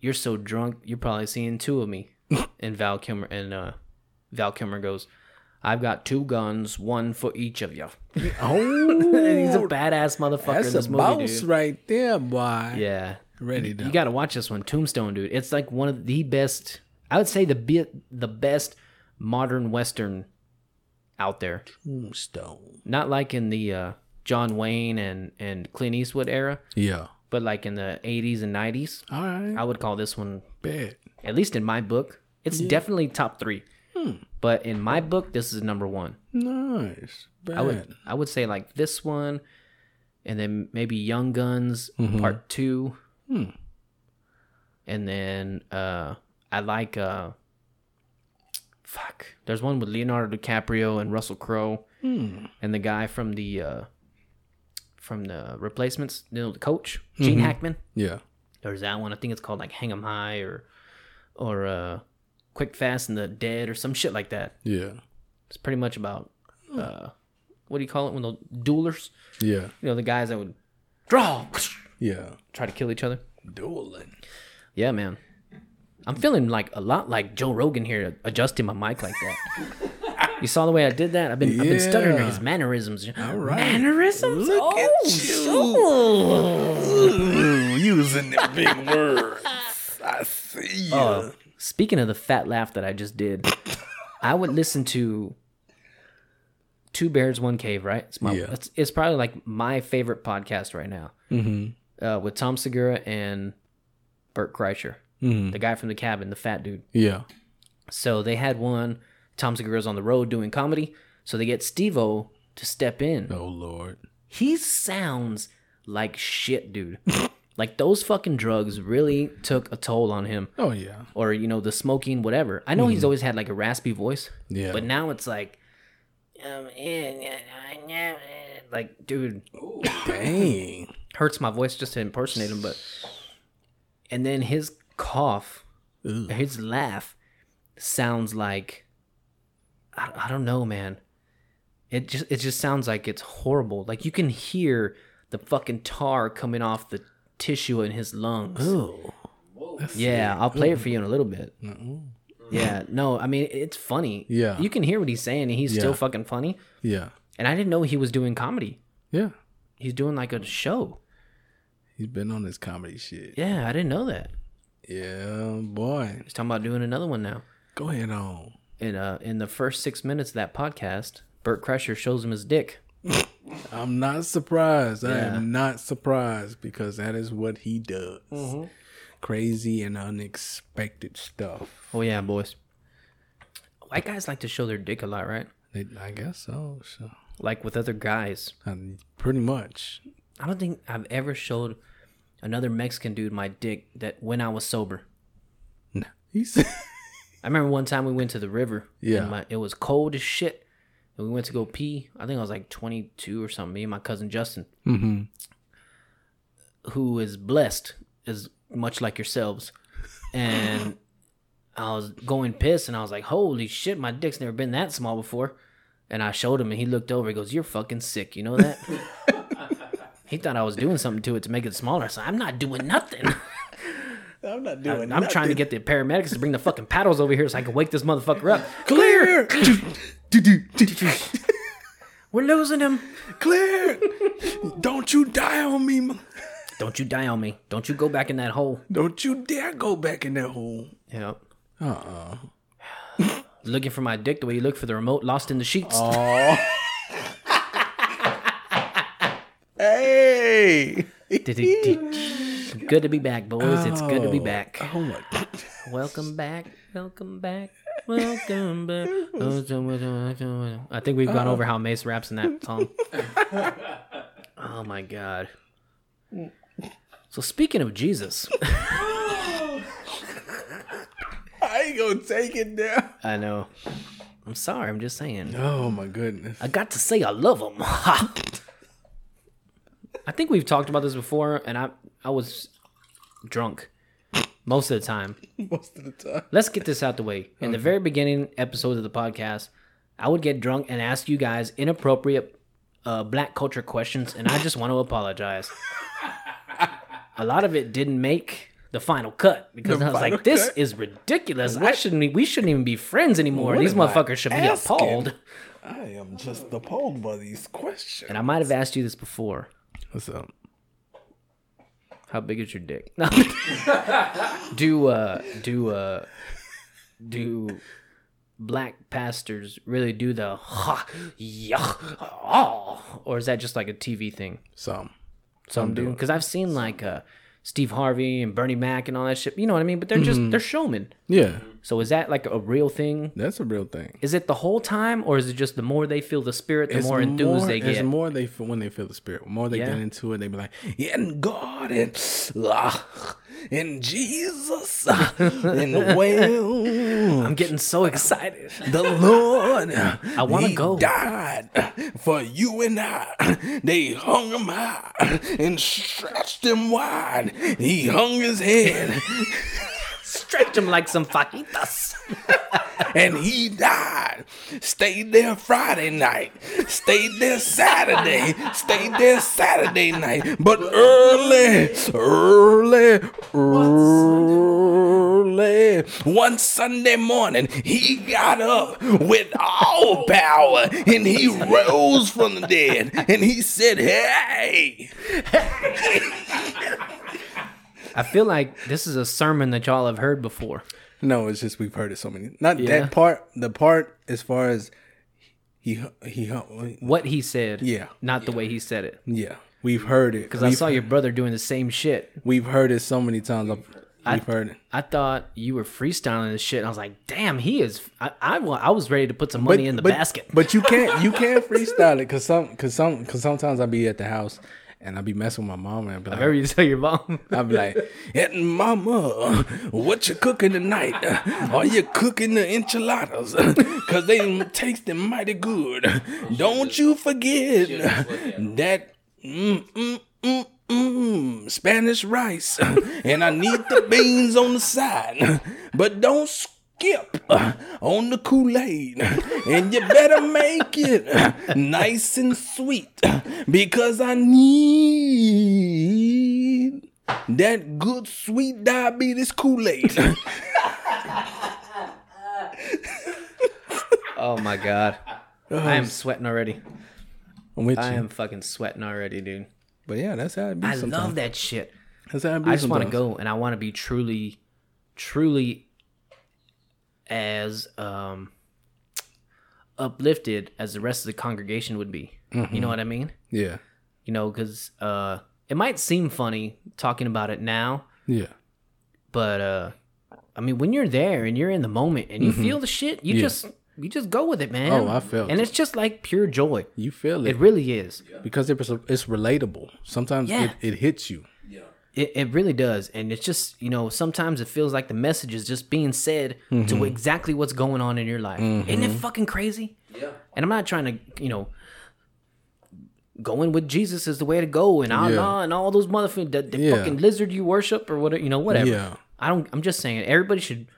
"You're so drunk, you're probably seeing two of me." and Val Kilmer and uh, Val Kilmer goes, "I've got two guns, one for each of you." Oh, He's a badass motherfucker in that's this a movie, boss dude. right there, boy. Yeah, Ready you to. got to watch this one, Tombstone, dude. It's like one of the best. I would say the be- the best modern western out there. Tombstone. Not like in the uh, John Wayne and and Clint Eastwood era, Yeah. but like in the 80s and 90s. All right. I would call this one, bet. at least in my book, it's definitely top three. But in my book, this is number one. Nice. Bet. I would I would say like this one, and then maybe Young Guns Part Two, and then uh, I like uh, fuck. There's one with Leonardo DiCaprio and Russell Crowe, and the guy from the uh, from the Replacements, you know, the coach Gene Hackman. Yeah. There's that one. I think it's called like Hang 'Em High or or uh, Quick Fast and the Dead or some shit like that. Yeah. It's pretty much about uh, what do you call it when the duelers, Yeah. you know, the guys that would draw, Yeah. try to kill each other. Dueling. Yeah, man. I'm feeling like a lot like Joe Rogan here, adjusting my mic like that. you saw the way I did that? I've been, I've been stuttering Yeah. his mannerisms. All right. Mannerisms? Look oh, at so- Ooh, using the big words. I see you. Oh, speaking of the fat laugh that I just did, I would listen to Two Bears, One Cave. Right? It's my. Yeah. It's, it's probably like my favorite podcast right now. Mm-hmm. Uh, with Tom Segura and Bert Kreischer, the guy from the cabin, the fat dude. Yeah. So they had one. Tom Segura's on the road doing comedy, so they get Steve-O to step in Oh Lord. he sounds like shit, dude. like those fucking drugs really took a toll on him, Oh yeah. or you know the smoking, whatever. I know he's always had like a raspy voice, Mm-hmm. Yeah. but now it's like, um, eh, eh, eh, eh, eh. like dude, Dang. hurts my voice just to impersonate him. But and then his cough, Ugh. his laugh, sounds like, I, I don't know, man. It just it just sounds like it's horrible. Like you can hear the fucking tar coming off the tissue in his lungs. Ooh. Yeah, I'll play it for you in a little bit. Yeah, no, I mean it's funny. Yeah. you can hear what he's saying, and he's still Yeah. fucking funny. Yeah. And I didn't know he was doing comedy. Yeah. He's doing like a show. He's been on this comedy shit. Yeah, I didn't know that. Yeah, boy. He's talking about doing another one now. Go ahead on. In uh, in the first six minutes of that podcast, Bert Kreischer shows him his dick. I'm not surprised. I Yeah. am not surprised because that is what he does. Mm-hmm. Crazy and unexpected stuff. Oh yeah, boys. White guys like to show their dick a lot, right? They- I guess so. so. Like with other guys. Um, pretty much. I don't think I've ever showed another Mexican dude my dick that when I was sober. He's I remember one time we went to the river. Yeah. And my, it was cold as shit. And we went to go pee. I think I was like 22 or something. Me and my cousin Justin, Mhm. who is blessed, is much like yourselves. And I was going piss and I was like, holy shit, my dick's never been that small before. And I showed him and he looked over. He goes, You're fucking sick. You know that? he thought I was doing something to it to make it smaller. So I'm not doing nothing. I'm not doing I'm trying to get the paramedics to bring the fucking paddles over here so I can wake this motherfucker up. clear. We're losing him. clear. Don't you die on me. mo- Don't you die on me. Don't you go back in that hole. Don't you dare go back in that hole. Yep. Uh-uh. Looking for my dick the way you look for the remote lost in the sheets. Hey. Good to be back, boys. It's good to be back. Oh my. Welcome back. Welcome back. Welcome back. I think we've gone over how Mace raps in that song. oh my god. So speaking of Jesus, I ain't gonna take it down. I know. I'm sorry. I'm just saying. Oh my goodness. I got to say I love him. I think we've talked about this before, and I I was drunk most of the time. Most of the time. Let's get this out the way. In the very beginning episodes of the podcast, I would get drunk and ask you guys inappropriate uh, black culture questions, and I just want to apologize. A lot of it didn't make the final cut because The I was final like, "This cut? is ridiculous. I shouldn't. e, We shouldn't even be friends anymore. What These am I motherfuckers should be asking?" appalled." I am just appalled by these questions. And I might have asked you this before. What's up? How big is your dick? No. do uh do uh do black pastors really do the ha yuck oh or is that just like a TV thing? Some. Some do because I've seen like uh Steve Harvey and Bernie Mac and all that shit. You know what I mean? But they're just they're showmen. Yeah, So is that like a real thing? that's a real thing. Is it the whole time or is it just the more they feel the spirit, the more enthused they It's get? more they feel, when they feel the spirit. The more they Yeah. get into it, they be like, "Yeah, and God and ah, and Jesus ah, and the well, I'm getting so excited. the Lord. I wanna go." Died for you and I. They hung him high and stretched him wide. He hung his head Stretch them like some fajitas. and he died. Stayed there Friday night. Stayed there Saturday. Stayed there Saturday night. But early, early, early. One Sunday morning, he got up with all power and he rose from the dead and he said, Hey, I feel like this is a sermon that y'all have heard before. No, it's just we've heard it so many. Not Yeah. that part. The part as far as he he hu- What he said, Yeah. not the way he said it. yeah. We've heard it Because I saw your brother doing the same shit. We've heard it so many times. We've heard it. I thought you were freestyling this shit. And I was like, damn, he is. I, I, wa- I was ready to put some money in the basket. But you can't you can't freestyle it because some because some because sometimes I'll be at the house and I'll be messing with my mom and I'll be like, I remember you tell your mom. I'll be like, "And mama, what you cooking tonight? Are you cooking the enchiladas? Cause they tasting mighty good. Don't you forget that mm, mm, mm, mm, Spanish rice, and I need the beans on the side, but don't." Skip on the Kool Aid, and you better make it nice and sweet because I need that good sweet diabetes Kool Aid. oh my God. I am sweating already. I'm with I you. am fucking sweating already, dude. But yeah, that's how it be I sometimes. love that shit. That's how it be I just want to sometimes. go and I want to be truly, truly as um uplifted as the rest of the congregation would be. Mm-hmm. You know what I mean? Yeah, You know, because uh, it might seem funny talking about it now, yeah, but uh, I mean, when you're there and you're in the moment and you feel the shit, you just you just go with it, man. Mm-hmm. Oh, I felt and it. it's just like pure joy. you feel it, It really is. because it's it's relatable. Sometimes Yeah. it, it hits you. It, it really does. And it's just, you know, sometimes it feels like the message is just being said Mm-hmm. to exactly what's going on in your life. Isn't it fucking crazy? Yeah. And I'm not trying to, you know, going with Jesus is the way to go and Allah and all those motherfuckers, the, the Yeah. fucking lizard you worship or whatever, you know, whatever. Yeah. I don't, I'm just saying, everybody should,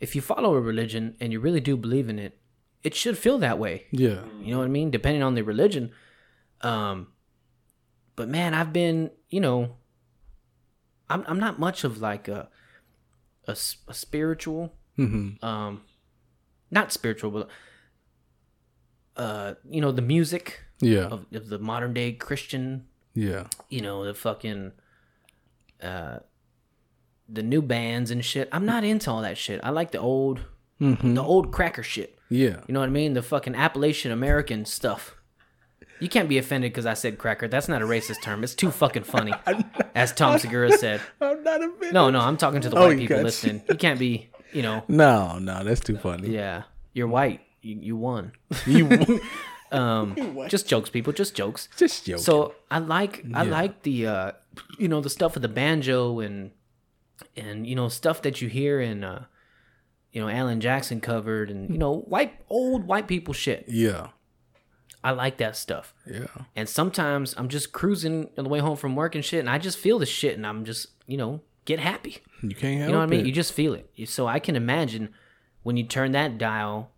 if you follow a religion and you really do believe in it, it should feel that way. Yeah, You know what I mean? Depending on the religion. Um, but man, I've been, you know, I'm I'm not much of like a a, s- a spiritual, Mm-hmm. um, not spiritual, but uh, you know, the music yeah, of, of the modern day Christian, yeah, you know, the fucking, uh, the new bands and shit. I'm not into all that shit. I like the old, the old cracker shit. Mm-hmm. yeah. You know what I mean? The fucking Appalachian American stuff. You can't be offended because I said cracker. That's not a racist term. It's too fucking funny, as Tom Segura said. I'm not a bit. No, no, I'm talking to the Oh, white you people got you. listening. You can't be, you know, No, no, that's too funny. yeah, you're white. You, you won. You Um, just jokes, people. Just jokes. just joking. So I like I like the uh, you know the stuff with the banjo and and you know stuff that you hear in uh, you know Alan Jackson covered and you know white old white people shit. yeah, I like that stuff. yeah. And sometimes I'm just cruising on the way home from work and shit, and I just feel the shit, and I'm just you know get happy. You can't help You know what I mean? it. You just feel it. You- So I can imagine when you turn that dial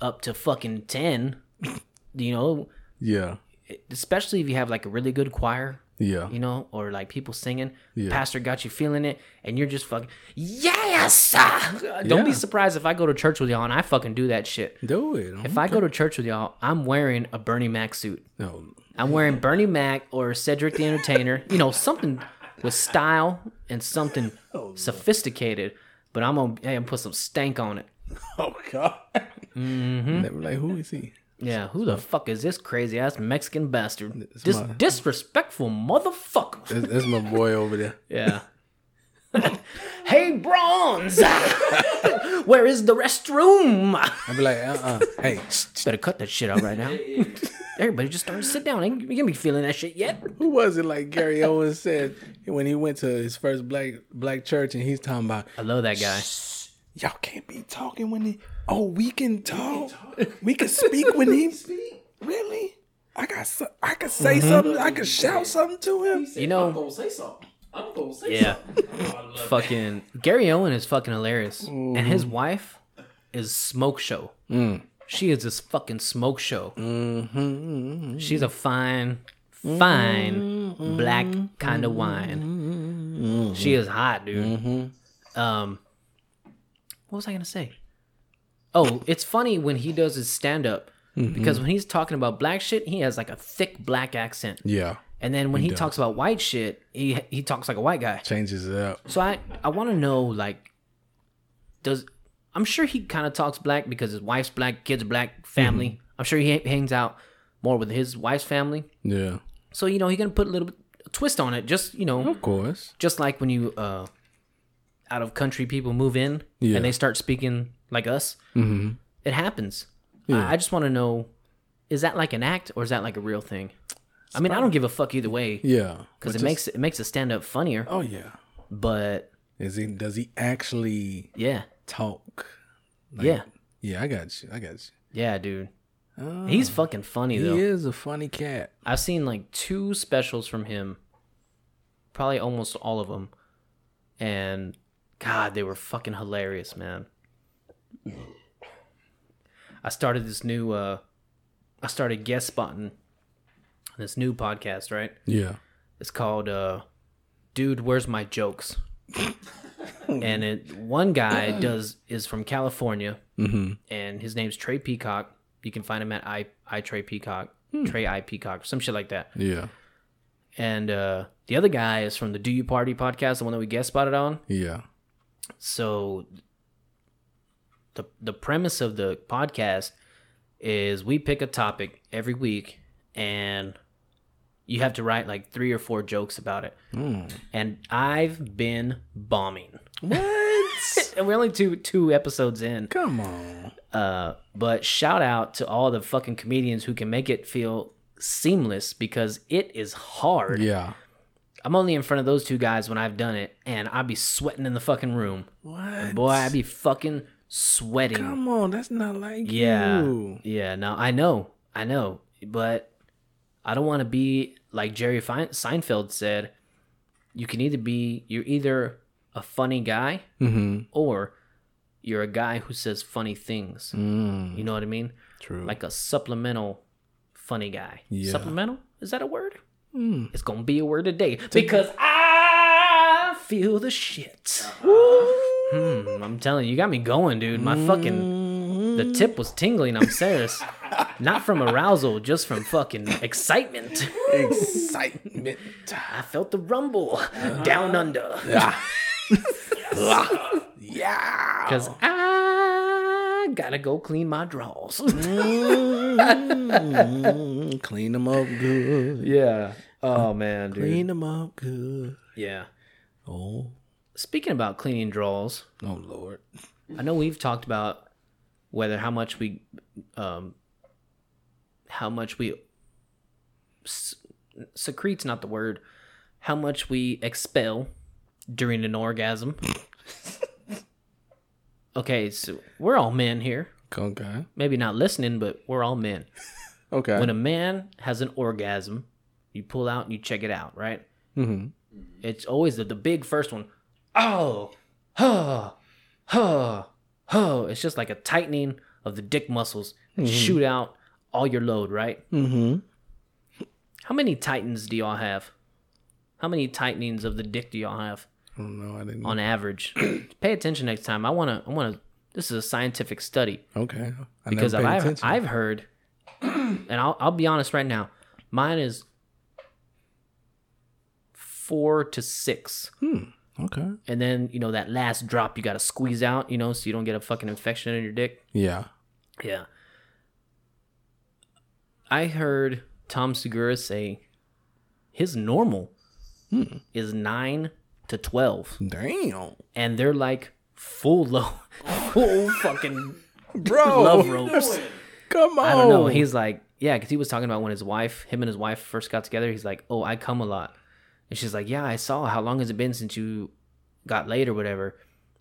up to fucking ten, you know, yeah, especially if you have like a really good choir, yeah, you know, or like people singing. Yeah. Pastor got you feeling it, and you're just fucking yes. Don't be Yeah. surprised if I go to church with y'all and I fucking do that shit. Do it. Oh, If I go to church with y'all, I'm wearing a Bernie Mac suit. no, I'm wearing Bernie Mac or Cedric the Entertainer, you know, something with style and something sophisticated. But I'm gonna, hey, I'm gonna put some stank on it. oh god. Mm-hmm. They were like, who is he? Yeah, who the fuck is this crazy ass Mexican bastard? It's This my- disrespectful motherfucker. That's, that's my boy over there. Yeah. hey, Bronze, where is the restroom? I'd be like, uh, uh hey, shh, shh. Better cut that shit out right now. Everybody just start to sit down. Ain't you gonna be feeling that shit yet? who was it? Like Gary Owens said when he went to his first black black church, and he's talking about I love that guy. y'all can't be talking when he. Oh, we can talk. We can speak when he. Really? I got. so- I could say something. I could shout something to him. You know, gonna say something. I'm gonna say Yeah. fucking Gary Owen is fucking hilarious, and his wife is smoke show. She is this fucking smoke show. She's a fine, fine black kind of wine. She is hot, dude. Um, what was I gonna say? Oh, it's funny when he does his stand up because when he's talking about black shit, he has like a thick black accent. Yeah, And then when he talks about white shit, he he talks like a white guy. changes it up. So I I want to know like does I'm sure he kind of talks black because his wife's black, kids are black, family. I'm sure he ha- hangs out more with his wife's family. Yeah, So you know he can put a little bit a twist on it. Just you know, of course. just like when you uh out of country people move in Yeah. and they start speaking like us. Mhm. It happens. I, I just want to know is that like an act or is that like a real thing? I mean, I don't give a fuck either way because Yeah, it makes it makes a stand up funnier. Oh yeah. But Is he? Does he actually yeah, talk? yeah. Yeah, I got you. I got Oh. you. Yeah, dude. Oh. He's fucking funny He though. is a funny cat. I've seen like two specials from him. Probably almost all of them. And god, they were fucking hilarious, man. I started this new uh I started guest spotting this new podcast, right? Yeah. It's called uh Dude, Where's My Jokes? and it one guy does is from California Mm-hmm. and his name's Trey Peacock. You can find him at I, I Trey Peacock, Trey I Peacock, some shit like that. Yeah. And uh, the other guy is from the Do You Party podcast, the one that we guest spotted on. Yeah. So the the premise of the podcast is we pick a topic every week, and you have to write like three or four jokes about it. Hmm. And I've been bombing. What? And we're only two two episodes in. Come on. Uh, but shout out to all the fucking comedians who can make it feel seamless because it is hard. Yeah. I'm only in front of those two guys when I've done it, and I'd be sweating in the fucking room. What? Boy, I'd be fucking sweating. Come on. That's not like yeah. you. Yeah, no, I know. I know. But I don't want to be like Jerry Fein- Seinfeld said you can either be, you're either a funny guy Mm-hmm. or you're a guy who says funny things. Mm, You know what I mean? true. like a supplemental funny guy. Yeah. Supplemental? Is that a word? Mm. It's gonna be a word today because I feel the shit. Uh-huh. Hmm, I'm telling you, you got me going, dude. My Mm-hmm. fucking Mm. the tip was tingling. I'm serious, not from arousal, just from fucking excitement. excitement. I felt the rumble Uh-huh. down under yeah. because I gotta go clean my drawers. Mm, Clean them up good. Yeah. Oh man, dude. Clean them up good. Yeah. Oh, Speaking about cleaning draws, oh Lord. I know we've talked about whether how much we, um, how much we s- secretes not the word, how much we expel during an orgasm. okay, so we're all men here. Okay. Maybe not listening, but we're all men. Okay. When a man has an orgasm, you pull out and you check it out, right? mm-hmm. It's always the, the big first one. Oh, huh, huh, huh. It's just like a tightening of the dick muscles. Shoot out all your load, right? Mm-hmm. How many tightens do y'all have? How many tightenings of the dick do y'all have I don't know. I didn't. on average? Pay attention next time. I wanna, I wanna. This is a scientific study okay. I because never paid I've, attention. I've heard, and I'll, I'll be honest right now, mine is four to six. okay. and then you know that last drop you got to squeeze out you know so you don't get a fucking infection in your dick Yeah. yeah i heard tom segura say his normal is 9 to 12 Damn, and they're like full low full fucking bro. love ropes Come on. i don't know he's like yeah because he was talking about when his wife him and his wife first got together he's like oh i come a lot and she's like yeah i saw how long has it been since you got laid or whatever.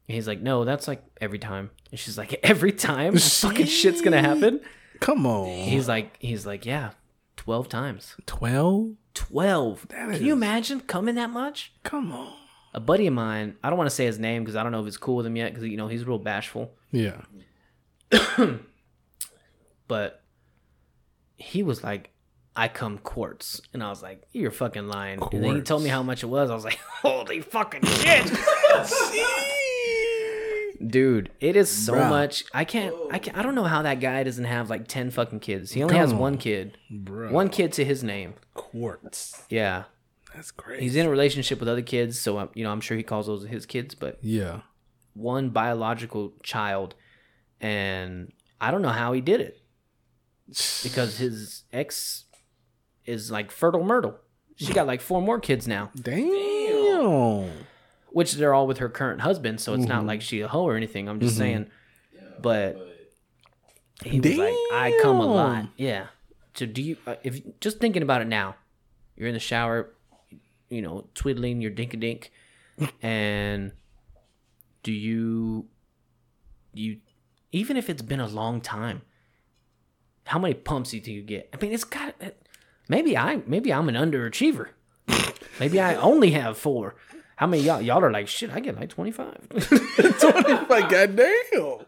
And he's like, no, that's like every time. And she's like, every time fucking shit's gonna happen. Come on. He's like, he's like, yeah, twelve times. twelve. Twelve. That Can you is- imagine coming that much? Come on. A buddy of mine, I don't want to say his name because I don't know if it's cool with him yet because you know he's real bashful. Yeah. But he was like, I come quarts, and I was like, you're fucking lying. And then he told me how much it was. I was like, holy fucking shit. dude it is so Bruh. much i can't I can't i don't know how that guy doesn't have like 10 fucking kids he only has Come one on, kid Bro. one kid to his name quartz. yeah That's crazy. he's in a relationship with other kids so I'm, you know i'm sure he calls those his kids but yeah. one biological child and i don't know how he did it because his ex is like fertile myrtle she got like four more kids now Damn. which they're all with her current husband, so it's not like she a hoe or anything. I'm just saying, but he was like, "I come a lot." Yeah. So do you? Uh, if just thinking about it now, you're in the shower, you know, twiddling your dink a dink, and do you, you, even if it's been a long time, how many pumps do you get? I mean, it's got. Maybe I maybe I'm an underachiever. Maybe I only have four. How many y'all y'all are like shit? I get like twenty five. Like goddamn.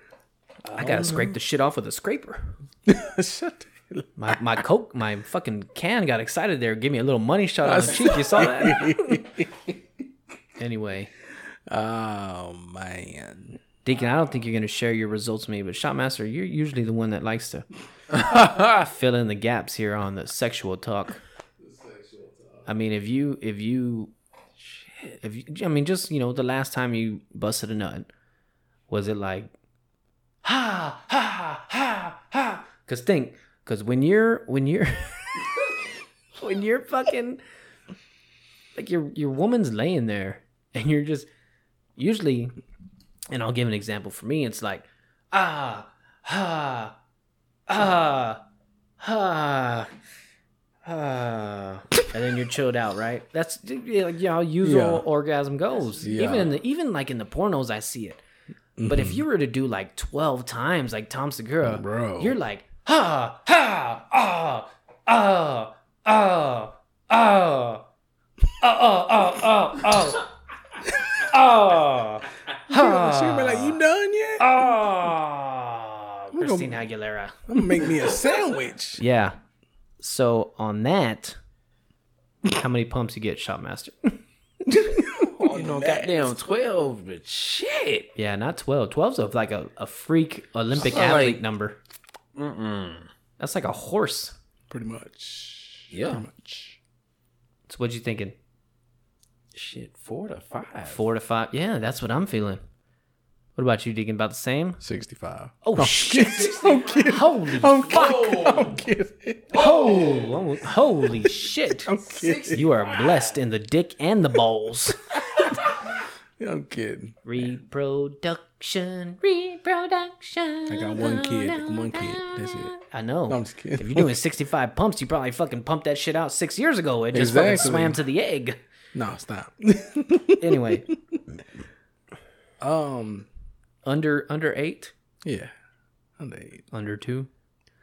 I gotta scrape the shit off with a scraper. Shut the My my coke my fucking can got excited there. Give me a little money shot on the cheek. You saw that? anyway, Oh man. Deacon, I don't think you're gonna share your results with me, but Shotmaster, you're usually the one that likes to fill in the gaps here on the sexual talk. I mean, if you if you if you, I mean, just you know, the last time you busted a nut, was it like ha ha ha ha? Cause think, cause when you're when you're when you're fucking like your your woman's laying there and you're just usually, and I'll give an example for me. It's like ah ha ah ha. Ah, and then you're chilled out, right? That's yeah, like you know, how usual Yeah. orgasm goes. Yeah. Even in the even like in the pornos, I see it. But if you were to do like twelve times, like Tom Segura, Bro. you're like ha ha ah ah ah ah ah ah ah ah ah She be like, you done yet? ah. Christina Aguilera. I'm gonna make me a sandwich. Yeah. So on that, how many pumps you get, Shotmaster? You know, goddamn twelve, but shit. yeah, not 12. 12's of like a, a freak Olympic That's not athlete like- number. Mm-mm. That's like a horse. Pretty much. Yeah, So what you thinking? shit, four to five. Four to five? Yeah, that's what I'm feeling. What about you, Deacon? About the same? 65. Oh, shit! I'm kidding. Holy I'm fuck! kidding. I'm kidding. Oh, holy shit! I'm kidding. You are blessed in the dick and the balls. I'm kidding. reproduction, reproduction. I got one kid. One kid. That's it. I know. I'm just kidding. If you're doing 65 pumps, you probably fucking pumped that shit out six years ago. It just fucking Exactly. swam to the egg. No, stop. Anyway, um, under under eight, yeah. I'm the eight. under two.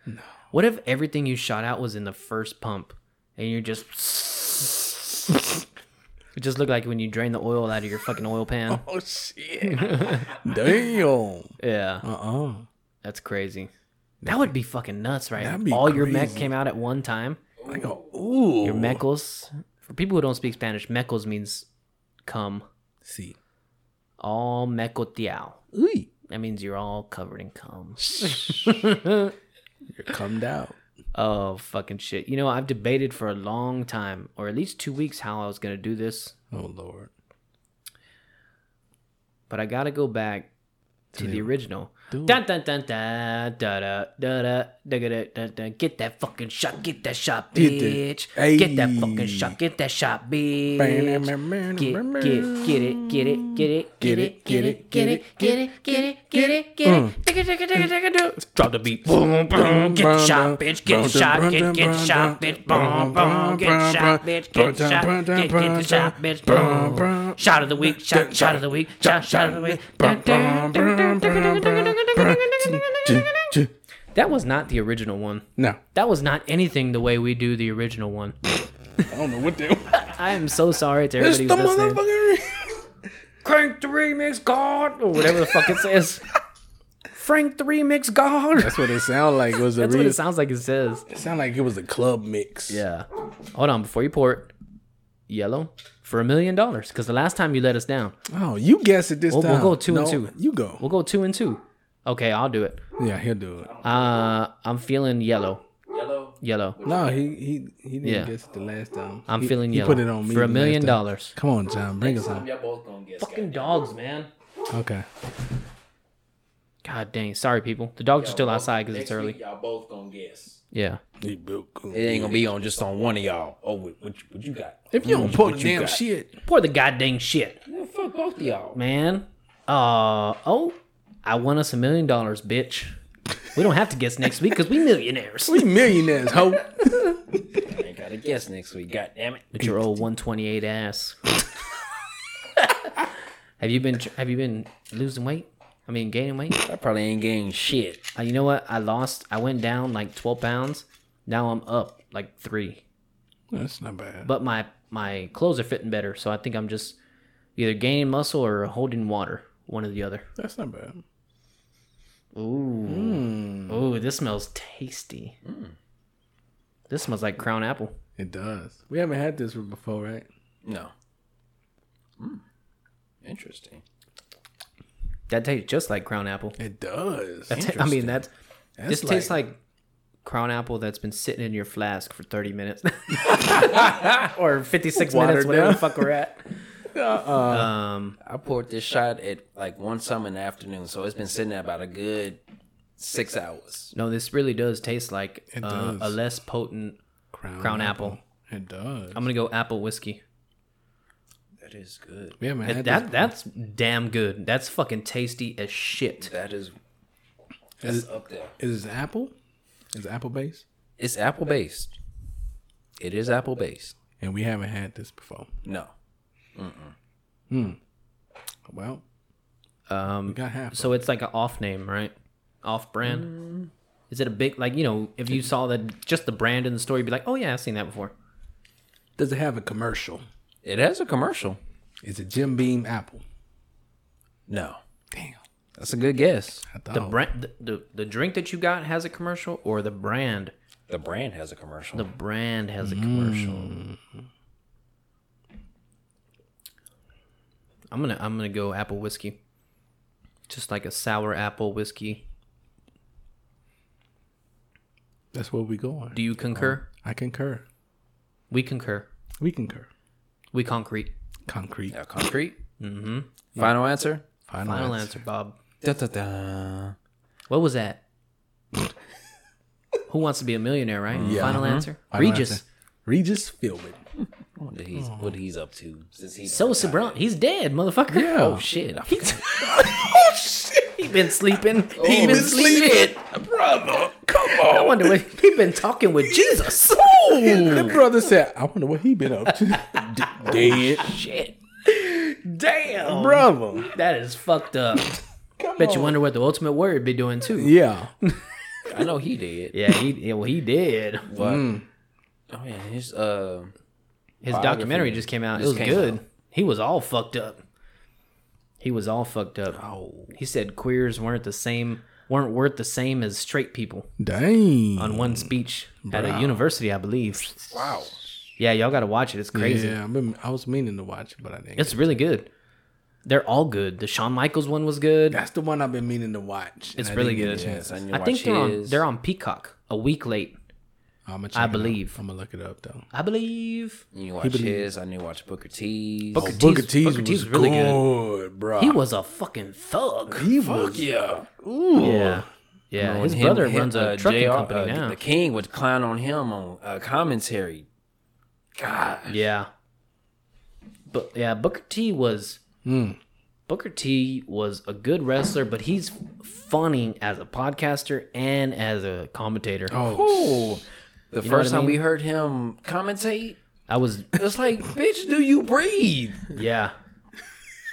No. What if everything you shot out was in the first pump, and you're just. It just looked like when you drain the oil out of your fucking oil pan. Oh shit. Damn. Yeah, Uh-uh. that's crazy. That would be fucking nuts, right? That'd be All your mech crazy. Oh. came out at one time. I go, ooh. Your mechels. For people who don't speak Spanish, mechels means cum. See. All mecotiao. Ooh. That means you're all covered in cum. You're cummed out. oh, fucking shit. You know, I've debated for a long time, or at least two weeks, how I was going to do this, Oh Lord. but I got to go back to the original. Do it. Dun, dun, dun, dun, da, da, da, da, da, da, da, da. Get that fucking shot. Get that shot, Get that- bitch. Ayy. Get that fucking shot. Get that shot, bitch. Get, get, get it, get it, get it, get it, get it, get it, get it, get it, get it, get it, get it, get it, get it. Drop the beat. Boom, boom. Get shot, bitch. Get shot. Get, get shot, bitch. Boom, boom. Get shot, bitch. Get shot. Get, get shot, bitch. Boom. Shot of the week. Shot, shot of the week. Shot, shot of the week. That was not the original one. No. That was not anything the way we do the original one. I don't know what they I am so sorry to It's everybody the who's listening. motherfucker. Crank the remix, God, or whatever the fuck it says. Frank the remix, God. That's what it sound like. It was a That's what real it sounds like it says. it sound like it was a club mix. Yeah. Hold on, before you pour it, yellow for a million dollars. Because the last time you let us down, Oh, you guess it this We'll- time. we'll go two and No, two. You go. we'll go two and two. Okay, I'll do it. Yeah, he'll do it. Uh, I'm feeling yellow. Yellow. Yellow. No, he he he didn't Yeah. guess it the last time. I'm He- feeling he yellow. put it on me for the a last million time. dollars. Come on, John, bring us Time on. y'all both gonna guess. Fucking dogs, man. Okay. God dang. Sorry, people. The dogs are still outside because it's Next early. Week, y'all both gonna guess. Yeah. He built cool. It ain't gonna be on just on one of y'all. Oh, what, what, you, what you got? If you don't put damn shit, Pour the goddamn shit. Well, fuck both of y'all. man. Uh oh, I won us a million dollars, bitch. We don't have to guess next week because we millionaires. we millionaires, ho. I ain't gotta guess next week. God damn it. With your old 128 ass. have you been? Have you been losing weight? I mean, gaining weight. I probably ain't getting shit. Uh, you know what? I lost. I went down like 12 pounds. Now I'm up like three. That's not bad. But my my clothes are fitting better, so I think I'm just either gaining muscle or holding water. One or the other. That's not bad. Ooh. Hmm. Ooh, this smells tasty. This smells like crown apple. It does. We haven't had this before, right? No. Mm. Interesting. That tastes just like crown apple. It does. That ta- I mean, that's, That's this tastes like crown apple that's been sitting in your flask for 30 minutes or 56 minutes, Watered whatever the down. fuck we're at. Uh-uh. Um, I poured this shot at like one some in the afternoon, so it's been sitting there about a good six hours. no, this really does taste like It uh, a does. less potent. Crown apple. It does. I'm going to go apple whiskey. That is good. we haven't had That That's damn good. That's fucking tasty as shit. That is this. Is, up there. is it apple? Is it apple based? It's apple based. It is apple based. And we haven't had this before. No. Well, we Um, got half. So it's like an off name, right? Off brand. Mm. Is it a big like you know if you saw the just the brand in the store, you'd be like, oh yeah, I've seen that before. Does it have a commercial? It has a commercial. Is it Jim Beam apple? No. Damn. That's a good guess. I The thought. brand, the, the the drink that you got has a commercial, or the brand, The brand has a commercial. the brand has a commercial. I'm gonna I'm gonna go apple whiskey, just like a sour apple whiskey. that's where we going. Do you concur? I concur. We concur. We concur. We concrete. Concrete. Now, concrete. Mm-hmm. Final answer. Final, Final answer. answer, Bob. Da, da, da. What was that? Who wants to be a millionaire, right? Yeah. Uh-huh. Final Mhm. answer. Final Regis. answer. Regis Philbin. I wonder he's, what he's up to since he's So Sabron, he's dead, motherfucker. Yeah. Oh shit. He, oh shit! he been sleeping. he been, He been sleeping. sleeping, brother. Come on. I wonder what he been talking with Jesus. The brother said, "I wonder what he been up to." D- dead, shit. Damn. brother. That is fucked up. Come Bet you on. wonder what the ultimate word be doing too. Yeah. I know he did. Yeah, he yeah, well he did. But Mm. oh yeah, his uh His Biography documentary just came out. it just was came good. out. He was all fucked up. He was all fucked up. Oh. He said queers weren't the same weren't worth the same as straight people Dang. on one speech at a university, I believe. wow. Yeah, y'all gotta watch it. It's crazy. Yeah, I've been- I was meaning to watch it, but I didn't. It's really good. They're all good. The Shawn Michaels one was good. That's the one I've been meaning to watch. and It's I really didn't good. get a chance. yes, I, knew I think watch they're on, his. they're on Peacock a week late. I'ma check I it out. believe. I'm gonna look it up though. I believe. You knew watch his. I knew watch Booker Oh, T's. Booker- Booker T's- T's Booker was T's really good, bro. He was a fucking thug. He was. yeah. Ooh. Yeah. Yeah. When His him- brother him, runs a uh, trucking JR, company uh, now. The King would clown on him on uh, commentary. God, Yeah. But yeah, Booker T was Hmm. Booker T was a good wrestler, but he's funny as a podcaster and as a commentator. Oh. the You know first what I time we mean? heard him commentate, I was it was like, "Bitch, do you breathe?" yeah.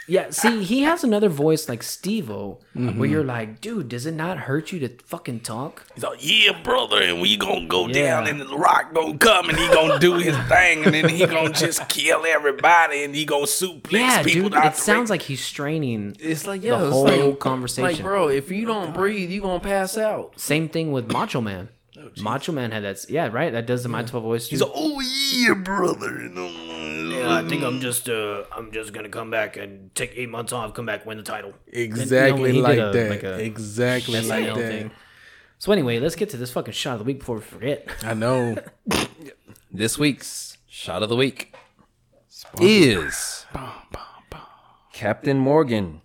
Yeah, see, he has another voice like Steve-O, Mm-hmm. where you're like, dude, does it not hurt you to fucking talk? He's like, yeah, brother, and we gonna go Yeah. down, and the rock gonna come, and he gonna do his thing, and then he gonna just kill everybody, and he gonna suplex Yeah, people. dude, out it the sounds like he's straining It's like, the yo, it's whole like, conversation. like, bro, if you don't breathe, you gonna pass out. Same thing with Macho Man. Macho Man had that. s- Yeah, right. That does the my twelve voice. ring. He's like, oh yeah, brother. and, um, I think I'm just uh I'm just gonna come back and take eight months off, come back, win the title. Exactly And, you know, he like did a- that. like a exactly like SNL that. thing. So anyway, let's get to this fucking shot of the week before we forget. I know. This week's shot of the week is Captain Morgan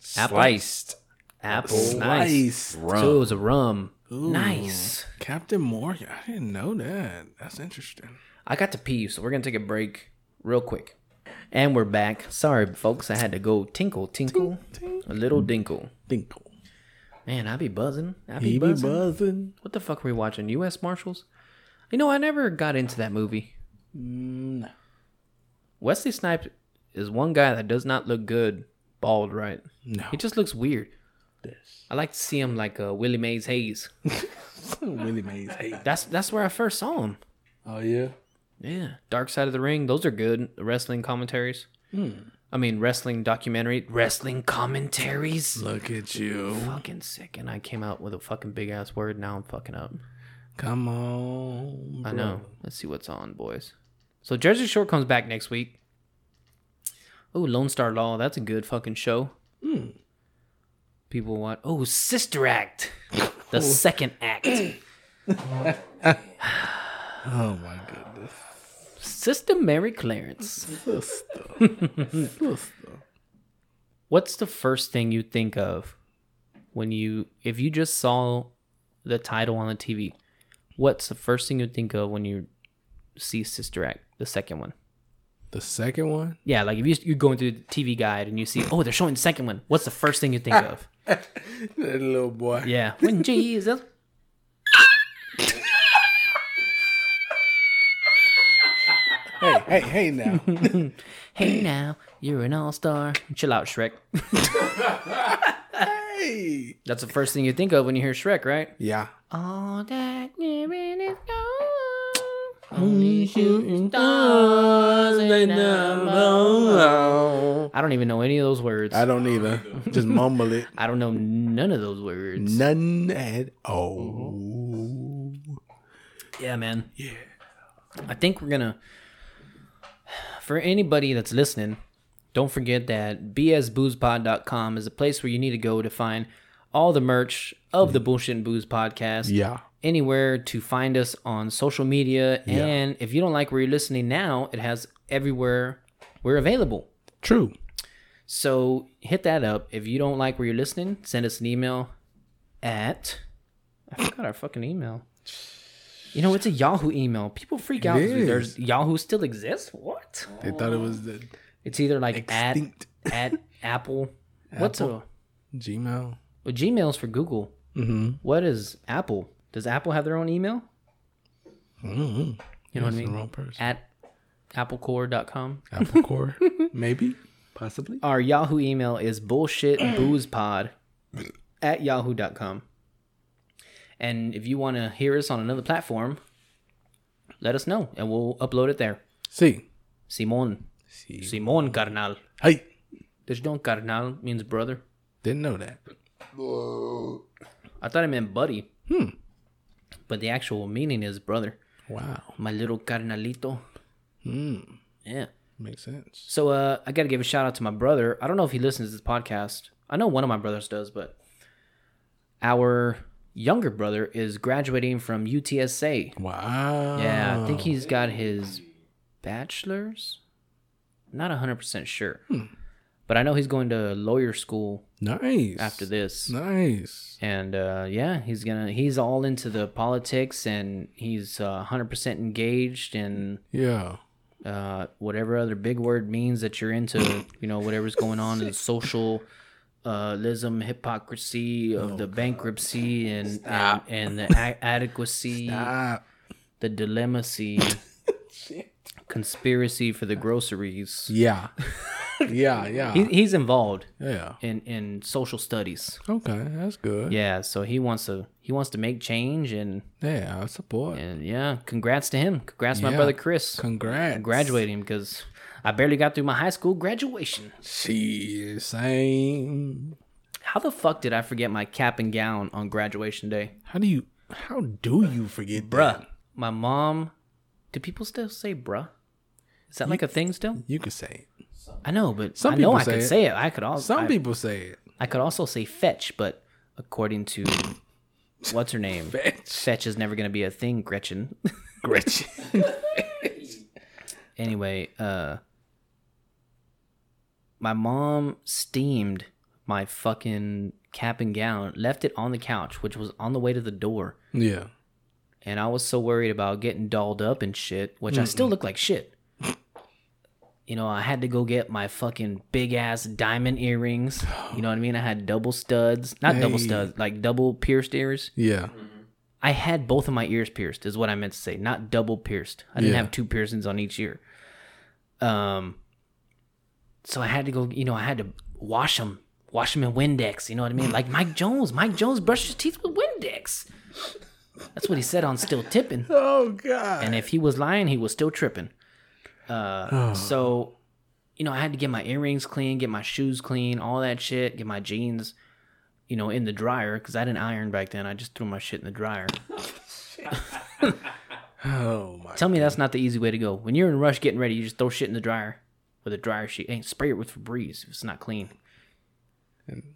sliced Apple, Nice. nice. So it was a rum. Nice. Captain Morgan. I didn't know that. That's interesting. I got to pee, so we're gonna take a break real quick. And we're back. Sorry, folks. I had to go tinkle, tinkle, a little dinkle. Dinkle. Man, I be buzzing. I be He be buzzing. buzzing. What the fuck were we watching? U.S. Marshals? You know, I never got into that movie. Wesley Snipes is one guy that does not look good bald, right? No. He just looks weird. I like to see him like uh, Willie Mays Hayes. Willie Mays. Hey. That's that's where I first saw him. Oh yeah. Yeah, Dark Side of the Ring. Those are good wrestling commentaries. I mean, wrestling documentary, wrestling commentaries. Look at you. Fucking sick, and I came out with a fucking big ass word. Now I'm fucking up. Come on. I know. Let's see what's on, boys. So Jersey Shore comes back next week. Oh, Lone Star Law. That's a good fucking show. People want. Oh, Sister Act. The second act. Oh my goodness. Sister Mary Clarence. Sister. What's the first thing you think of when you, if you just saw the title on the TV? What's the first thing you think of when you see Sister Act, the second one? The second one. Yeah, like if you, you're going through the TV guide and you see, oh, they're showing the second one. What's the first thing you think of? That little boy. Yeah. When Jesus. Hey, hey, hey now. Hey now, you're an all star. Chill out, Shrek. hey. That's the first thing you think of when you hear Shrek, right? Yeah. All that there is gone. Only shooting stars and I'm alone. I don't even know any of those words. I don't either. Just mumble it. I don't know none of those words. None at all. Yeah, man. Yeah. I think we're gonna. For anybody that's listening, don't forget that bsboozepod.com is a place where you need to go to find all the merch of the Bullshit and Booze podcast. Yeah. Anywhere to find us on social media, and if you don't like where you're listening now, it has everywhere we're available. True. So hit that up. If you don't like where you're listening, send us an email at I forgot our fucking email. You know, it's a Yahoo email. People freak out. 'cause is. There's Yahoo still exists. What? They thought it was the It's either like extinct at at Apple. What's a, Gmail. well, Gmail's for Google. Mm-hmm. What is Apple? Does Apple have their own email? mm-hmm. You know what I That's The mean? wrong person. At applecore.com. Apple Core, maybe, possibly. Our Yahoo email is bullshitboozepod at yahoo.com. And if you want to hear us on another platform, let us know and we'll upload it there. See, Simon. see. Simon Carnal. Hey, Did you know Carnal means brother? didn't know that. I thought it meant buddy. Hmm. But the actual meaning is brother. Wow, My little carnalito. Hmm. Yeah. makes sense. So uh, I got to give a shout out to my brother. I don't know if he listens to this podcast. I know one of my brothers does, but our younger brother is graduating from UTSA. Wow. Yeah, I think he's got his bachelor's. Not 100% sure. But I know he's going to lawyer school nice. after this. nice. And uh, yeah, he's gonna he's all into the politics and he's uh, 100% engaged and Yeah. uh, whatever other big word means that you're into, you know, whatever's going on in social uh, lism, hypocrisy of Oh, the bankruptcy and, and and the a- adequacy, Ah, the dilemmacy, conspiracy for the groceries. yeah. yeah. Yeah. He, he's involved yeah. in in social studies. Okay, that's good. Yeah. Yeah, so he wants to he wants to make change and I support. and yeah, congrats to him. Congrats to my Yeah. brother Chris Congrats. graduating because I barely got through my high school graduation. She same. How the fuck did I forget my cap and gown on graduation day? How do you? How do you forget, bruh? My mom. Do people still say bruh? Is that like a thing still? You could say it. I know, but Some I know people I say could it. say it. I could also Some I, people say it. I could also say fetch, but according to what's her name, Fetch. fetch is never gonna be a thing, Gretchen. Gretchen. anyway, uh, my mom steamed my fucking cap and gown, left it on the couch, which was on the way to the door. yeah. and I was so worried about getting dolled up and shit, which I still look like shit. You know, I had to go get my fucking big ass diamond earrings. You know what I mean? I had double studs, not double Hey. studs, like double pierced ears. Yeah. I had both of my ears pierced, is what I meant to say, not double pierced. I didn't Yeah. have two piercings on each ear. Um, so I had to go. You know, I had to wash them, wash them in Windex. You know what I mean? Like Mike Jones. Mike Jones brushed his teeth with Windex. That's what he said on Still Tipping Oh God. and if he was lying, he was still tripping. Uh, So, you know, I had to get my earrings clean, get my shoes clean, all that shit, get my jeans, you know, in the dryer because I didn't iron back then. I just threw my shit in the dryer. oh my. Tell me that's not the easy way to go. When you're in a rush getting ready, you just throw shit in the dryer with a dryer sheet. Ain't spray it with Febreze if it's not clean.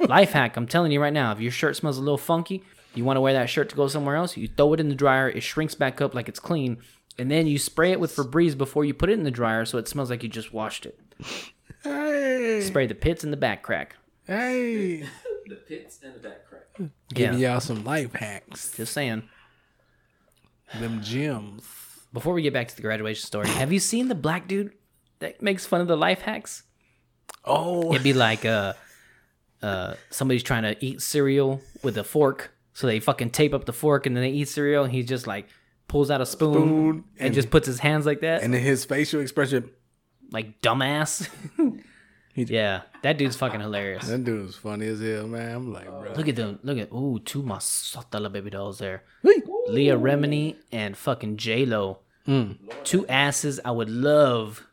Life hack, I'm telling you right now. If your shirt smells a little funky, you want to wear that shirt to go somewhere else, you throw it in the dryer, it shrinks back up like it's clean, and then you spray it with Febreze before you put it in the dryer so it smells like you just washed it. Hey. Spray the pits and the back crack. Hey. The pits and the back crack. Giving Yeah. y'all some life hacks. Just saying. Them gems. Before we get back to the graduation story, have you seen the black dude that makes fun of the life hacks? Oh. It'd be like uh, uh, somebody's trying to eat cereal with a fork, so they fucking tape up the fork and then they eat cereal. And he just like pulls out a spoon, Spoon and, and- just puts his hands like that, And then his facial expression. like dumbass. yeah, that dude's fucking hilarious. That dude was funny as hell, man. I'm like, bro. Look at them. Look at ooh, two masatala baby dolls there. Leah Remini and fucking J Lo. Mm. Two asses I would love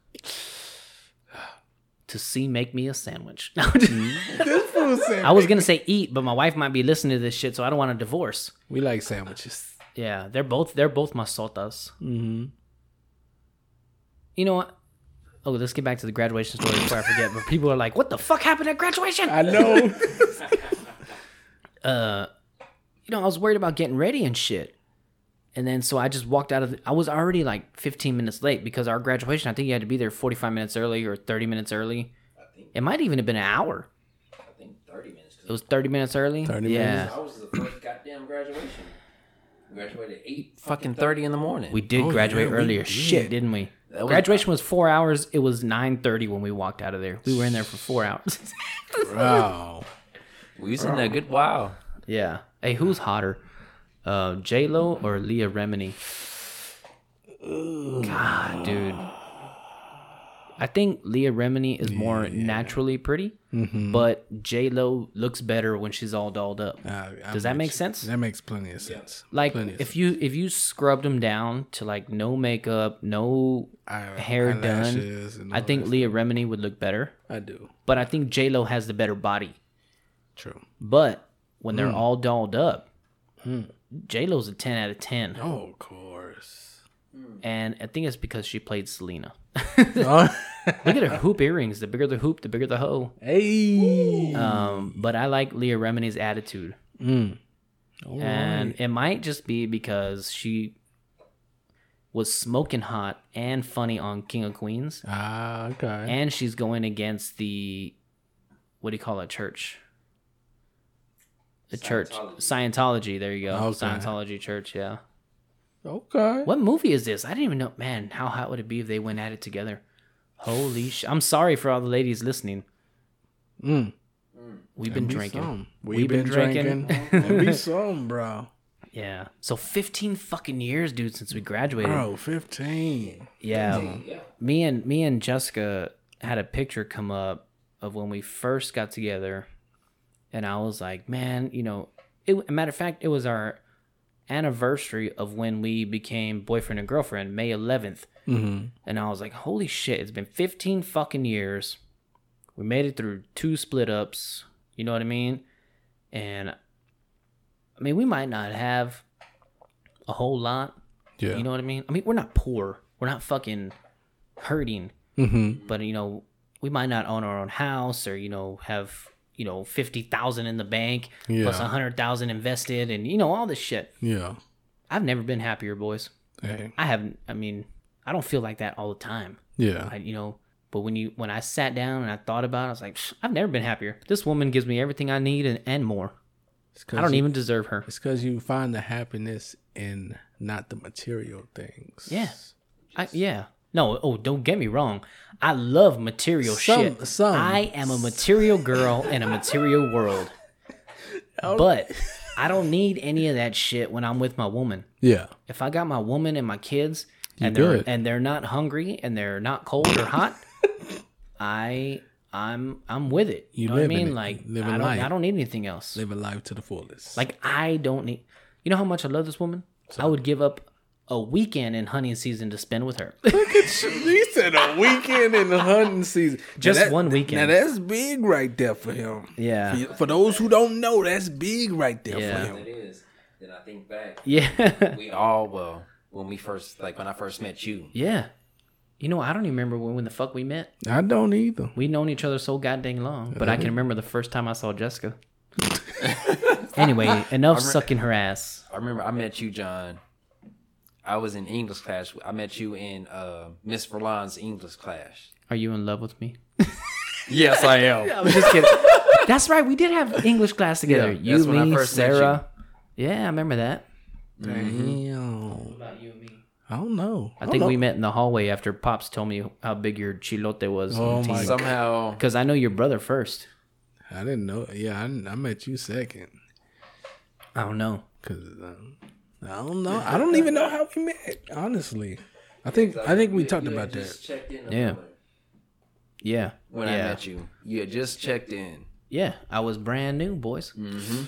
to see make me a sandwich. This fool said, I was gonna say eat, but my wife might be listening to this shit, so I don't want a divorce. we like sandwiches. Yeah, they're both they're both masotas. Mm-hmm. You know what? Oh, let's get back to the graduation story before I forget. But people are like, "What the fuck happened at graduation?" I know. you know, I was worried about getting ready and shit. And then so I just walked out of the, I was already like 15 minutes late because our graduation, I think you had to be there 45 minutes early or 30 minutes early think It might even have been an hour. I think thirty minutes. 'cause It was 30 minutes early. 30 yeah. minutes. I was the first goddamn graduation. Graduated at eight Fucking thirty in the morning. We did Oh, graduate yeah, we earlier. did. Shit, didn't we? That was- Graduation was four hours. It was 9.30 when we walked out of there. We were in there for four hours. Wow. we was in there a good while. yeah. Hey, who's hotter? Uh, J-Lo or Leah Remini? God, dude. I think Leah Remini is more naturally pretty, Mm-hmm. but J-Lo looks better when she's all dolled up. Does that make sense? Ah, That makes plenty of sense. like plenty of if you if you scrubbed them down to like no makeup, no Eye- hair done, eyelashes and I all think that Leah Remini would look better. I do. But I think J Lo has the better body. True. But when they're all dolled up, J Lo's a ten out of ten, Oh, of course. and I think it's because she played Selena. Oh, Look at her hoop earrings. The bigger the hoop, the bigger the hoe. hey. Um, but I like Leah Remini's attitude, Mm. All and right. it might just be because she was smoking hot and funny on King of Queens. Ah, okay. and she's going against the what do you call it church the church scientology there you go Okay. scientology church yeah okay. what movie is this i didn't even know man how hot would it be if they went at it together holy sh- i'm sorry for all the ladies listening Mm. we've been Be drinking some. We've, been, drinking. And be some, bro. yeah so 15 fucking years dude since we graduated Bro, 15. yeah me and me and jessica had a picture come up of when we first got together and i was like man you know it, a matter of fact it was our anniversary of when we became boyfriend and girlfriend may 11th Mm-hmm. and i was like holy shit it's been 15 fucking years we made it through two split ups you know what i mean and i mean we might not have a whole lot Yeah. you know what I mean? I mean, we're not poor. We're not fucking hurting. mm-hmm. But you know, we might not own our own house, or you know, have you know fifty thousand in the bank Yeah. plus a hundred thousand invested, and you know all this shit. Yeah. I've never been happier, boys. Hey. I haven't. I mean, I don't feel like that all the time. Yeah. I, you know. But when you when I sat down and I thought about it, I was like, "Psh, I've never been happier. This woman gives me everything I need and, and more. It's I 'cause don't you- even deserve her. It's because you find the happiness in not the material things. Yeah. I, yeah. No, oh, don't get me wrong. I love material Some- shit. some. I am a material girl in a material world. But I don't need any of that shit when I'm with my woman. Yeah. If I got my woman and my kids and You they're good. and they're not hungry and they're not cold or hot, I I'm I'm with it. You, You know what I living mean? it. Like Living I don't life. I don't need anything else. Live a life to the fullest. Like I don't need You know how much I love this woman? I would give up a weekend in hunting season to spend with her. he said a weekend in the hunting season. Now Just that- one weekend. Now that's big right there for him. Yeah. For, for those who don't know, that's big right there Yeah. for it him. is, then I think back. Yeah. We all well when we first like when I first met you. yeah. You know, I don't even remember when, when the fuck we met. I don't either. We've known each other so goddamn long, but I can remember the first time I saw Jessica. anyway, enough sucking her ass. I remember I met you, John. I was in English class. I met you in uh, Miss Verlon's English class. Are you in love with me? Yes, I am. I'm just kidding. That's right. We did have English class together. Yeah, you, that's when I me, first met Sarah. Yeah, I remember that. Damn. About you and me. I don't know. Mm-hmm. I Oh, don't think know. we met in the hallway after Pops told me how big your chilote was. Oh my god. Somehow, Because I know your brother first. I didn't know. Yeah, I, didn't- I met you second. I Oh, don't know. Cause um, I don't know. I don't even know how we met. Honestly, I think I think we talked about that. Just checked in. Yeah. Yeah. when yeah. I met you, you had just checked in. Yeah, I was brand new, boys.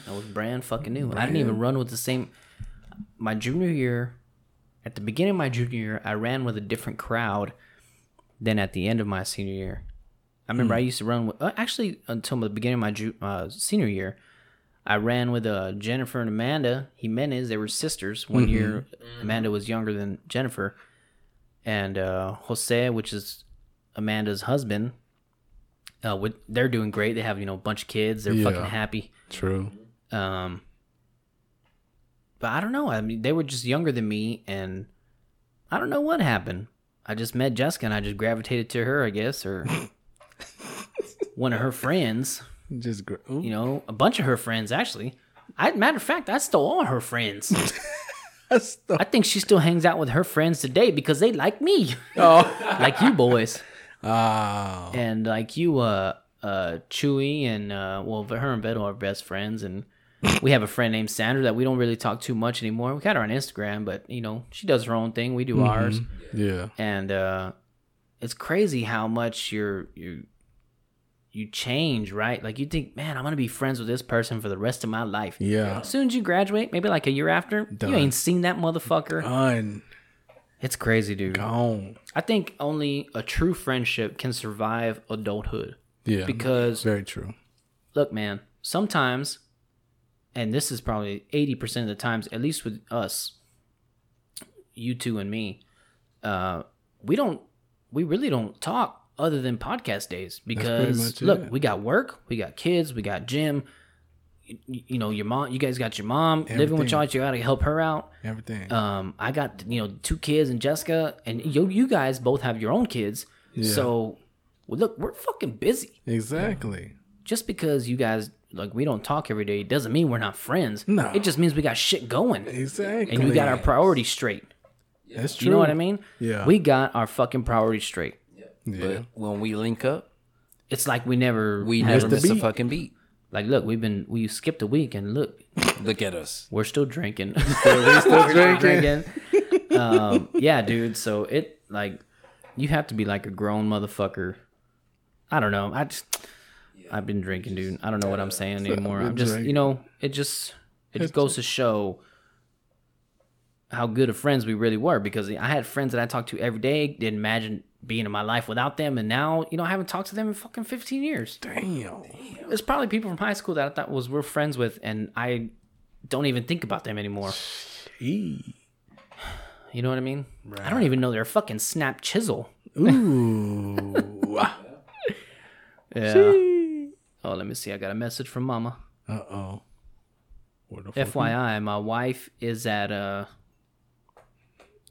I was brand fucking new. And I didn't even run with the same. My junior year, at the beginning of my junior year, I ran with a different crowd than at the end of my senior year. I remember I used to run with, uh, actually, until the beginning of my ju- uh, senior year, I ran with uh, Jennifer and Amanda Jimenez. They were sisters. One year, Amanda was younger than Jennifer. And uh, Jose, which is Amanda's husband, uh, with they're doing great. They have you know a bunch of kids. They're Yeah. fucking happy. True. Um, but I don't know. I mean, they were just younger than me, and I don't know what happened. I just met Jessica, and I just gravitated to her, I guess, or one of her friends, Just gr- ooh. you know, a bunch of her friends actually. I matter of fact, I stole all her friends. That's the- I think she still hangs out with her friends today because they like me, oh. like you boys, Oh. and like you, uh, uh, Chewy and uh, well, but her and Beto are best friends, and we have a friend named Sandra that we don't really talk too much anymore. We got her on Instagram, but you know, she does her own thing. We do Mm-hmm. ours. Yeah. and uh it's crazy how much you're you you change right like you think man i'm gonna be friends with this person for the rest of my life Yeah. as soon as you graduate maybe like a year after Done. you ain't seen that motherfucker Done. it's crazy dude Gone. i think only a true friendship can survive adulthood Yeah. because Very true. look man sometimes and this is probably 80% of the times at least with us you two and me uh we don't we really don't talk other than podcast days because much look it. we got work we got kids we got gym you, you know your mom you guys got your mom living with Everything. y'all you gotta help her out Everything. um i got you know two kids and jessica and you you guys both have your own kids so well, look we're fucking busy exactly. just because you guys like we don't talk every day doesn't mean we're not friends. No. It just means we got shit going. Exactly. And we got our priorities straight. That's true. You know what I mean? Yeah. We got our fucking priorities straight. Yeah. But when we link up, It's like we never we have- never the miss a beat. fucking beat. like look, we've been we skipped a week and look, Look at us. we're still drinking. Still drinking. drinking. um, yeah, dude. So it like you have to be like a grown motherfucker. I don't know. I just I've been drinking, dude. I don't know what I'm saying anymore. been I'm just you drinking. know it just it just goes to show how good of friends we really were because I had friends that I talked to every day. Didn't imagine being in my life without them, and now you know I haven't talked to them in fucking 15 years. Damn. There's probably people from high school that I thought was we're friends with, and I don't even think about them anymore. Eee. You know what I mean? I don't even know their fucking snap chisel. Ooh. Yeah. Oh, let me see. I got a message from Mama. uh oh. What the fuck? FYI, my wife is at uh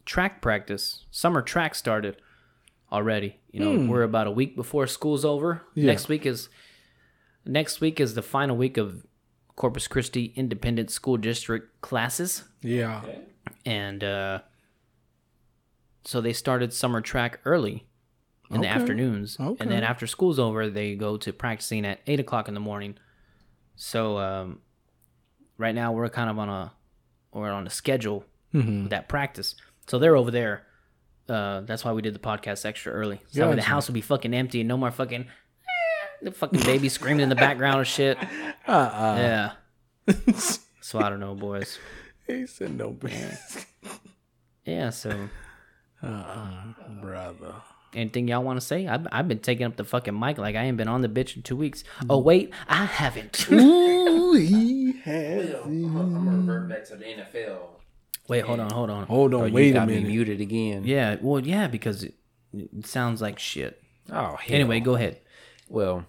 track practice. Summer track started already. You know, we're about a week before school's over. Next week is next week is the final week of Corpus Christi Independent School District classes. Yeah. and uh, so they started summer track early in the Okay. afternoons, Okay. and then after school's over, they go to practicing at eight o'clock in the morning. So um, right now we're kind of on a we're on a schedule Mhm. with that practice. So they're over there. Uh, that's why we did the podcast extra early. So that way the Gotcha. house will be fucking empty and no more fucking eh, the fucking baby screaming in the background and shit. Uh Yeah. uh So I don't know, boys. he said no pants. Yeah. So. Uh uh Brother. Anything y'all want to say? I've, I've been taking up the fucking mic like I ain't been on the bitch in two weeks. Mm. Oh wait, I haven't. Ooh, he has. Well, I'm gonna- I'm gonna revert back to the NFL. wait, hold on, hold on. Hold Oh, on, you wait a got me minute. muted again. Yeah, well, yeah, because it, it sounds like shit. Oh, hell. Anyway, go ahead. Well,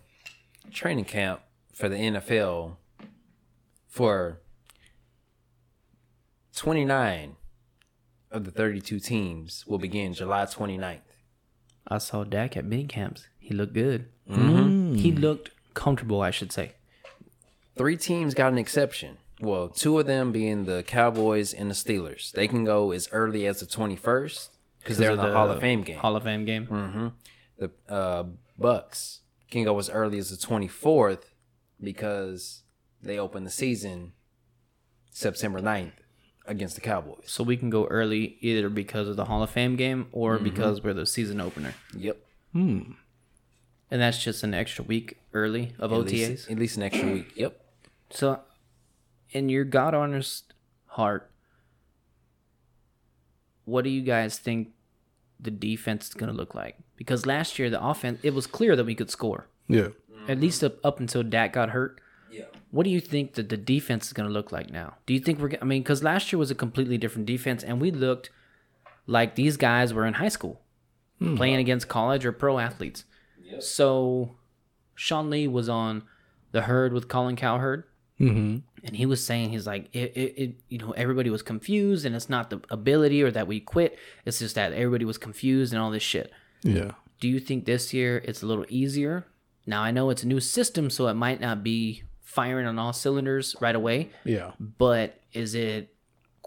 training camp for the NFL for 29 of the 32 teams will begin July 29th. I saw Dak at mini camps. He looked good. Mm-hmm. Mm. He looked comfortable, I should say. Three teams got an exception. Well, two of them being the Cowboys and the Steelers. They can go as early as the 21st because they're in the, Hall of Fame game. Hall of Fame game. Mm-hmm. the uh, Bucks can go as early as the 24th because they open the season September 9th against the Cowboys. So we can go early either because of the Hall of Fame game or Mm-hmm. because we're the season opener, Yep. and that's just an extra week early of At least, OTAs. at least an extra week. Yep. So, in your God honest heart, what do you guys think the defense is going to look like? Because last year, the offense, it was clear that we could score, Yeah. at least up, up until Dak got hurt. Yeah. What do you think that the defense is going to look like now? Do you think we're, g- I mean, because last year was a completely different defense, and we looked like these guys were in high school playing against college or pro athletes. So, Sean Lee was on the herd with Colin Cowherd Mm-hmm. and he was saying he's like it, it, it you know everybody was confused and it's not the ability or that we quit it's just that everybody was confused and all this shit Yeah. do you think this year it's a little easier Now I know it's a new system, so it might not be firing on all cylinders right away, Yeah. but is it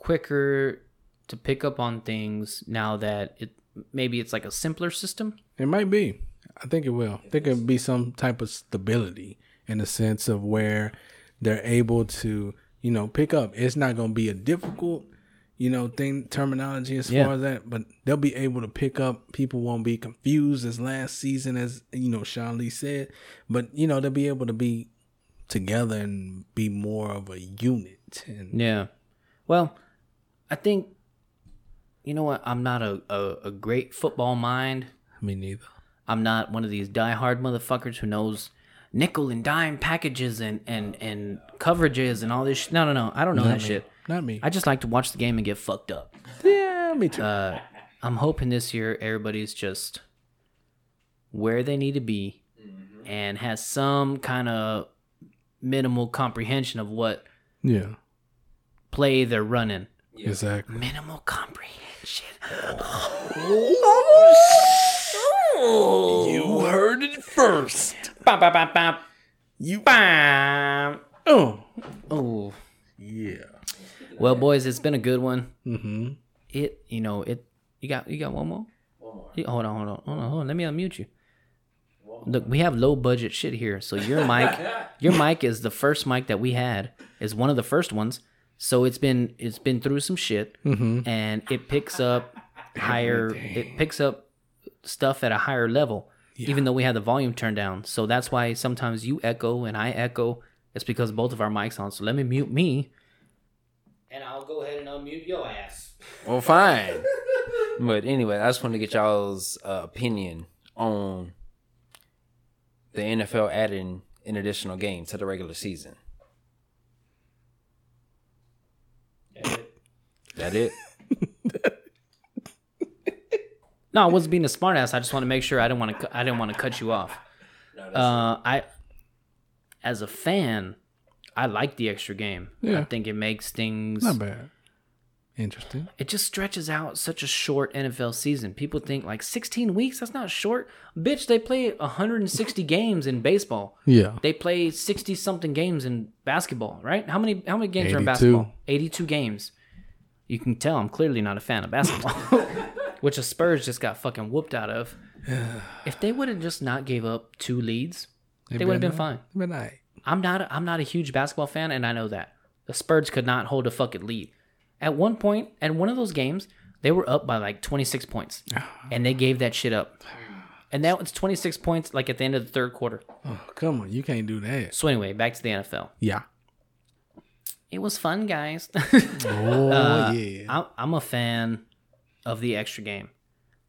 quicker to pick up on things now that it maybe it's like a simpler system? It might be. I think it will. I think it'd be some type of stability in the sense of where they're able to, you know, pick up. It's not going to be a difficult, you know, thing terminology as Yeah. far as that, but they'll be able to pick up. People won't be confused as last season, as you know, Sean Lee said. But you know, they'll be able to be together and be more of a unit. And Yeah. Well, I think you know what, I'm not a, a, a great football mind. me neither. I'm not one of these diehard motherfuckers who knows nickel and dime packages and and and coverages and all this. Sh- no, no, no. I don't know that shit. Not me. I Uh, just like to watch the game and get fucked up. yeah, me too. I'm hoping this year everybody's just where they need to be and has some kind of minimal comprehension of what yeah, play they're running. exactly. Minimal comprehension. You heard it first. Oh, Bam, bam, bam, bam, You. bam. Oh. Oh. Yeah. Well, boys, it's been a good one. Mm-hmm. It, you know, it. You got, you got one more. One more. You- Hold on, hold on, hold on, hold on. Let me unmute you. Look, we have low budget shit here. So your mic, your mic is the first mic that we had. Is one of the first ones. So it's been it's been through some shit, and it picks up higher. It picks up stuff at a higher level, even though we have the volume turned down. So that's why sometimes you echo and I echo. It's because both of our mics on. So let me mute me. And I'll go ahead and unmute your ass. Well, fine. but anyway, I just wanted to get y'all's uh, opinion on the NFL adding an additional game to the regular season. That it? No, I wasn't being a smartass. I just want to make sure I didn't want to. I didn't want to cut you off. Uh, I, as a fan, I like the extra game. Yeah. I think it makes things. Not bad. Interesting. It just stretches out such a short NFL season. People think like 16 weeks. That's not short, bitch. They play 160 games in baseball. Yeah. They play 60 something games in basketball. Right? How many? How many games are in 82. basketball? 82 games. You can tell I'm clearly not a fan of basketball, which the Spurs just got fucking whooped out of. if they would have just not gave up two leads, they would have been fine. But I. I'm not a, I'm not a huge basketball fan, and I know that the Spurs could not hold a fucking lead. At one point, at one of those games, they were up by like 26 points, and they gave that shit up. And that was 26 points, like at the end of the third quarter. Oh, come on. You can't do that. So anyway, back to the NFL. Yeah. It was fun, guys. Oh, Uh, yeah. I'm, I'm a fan of the extra game,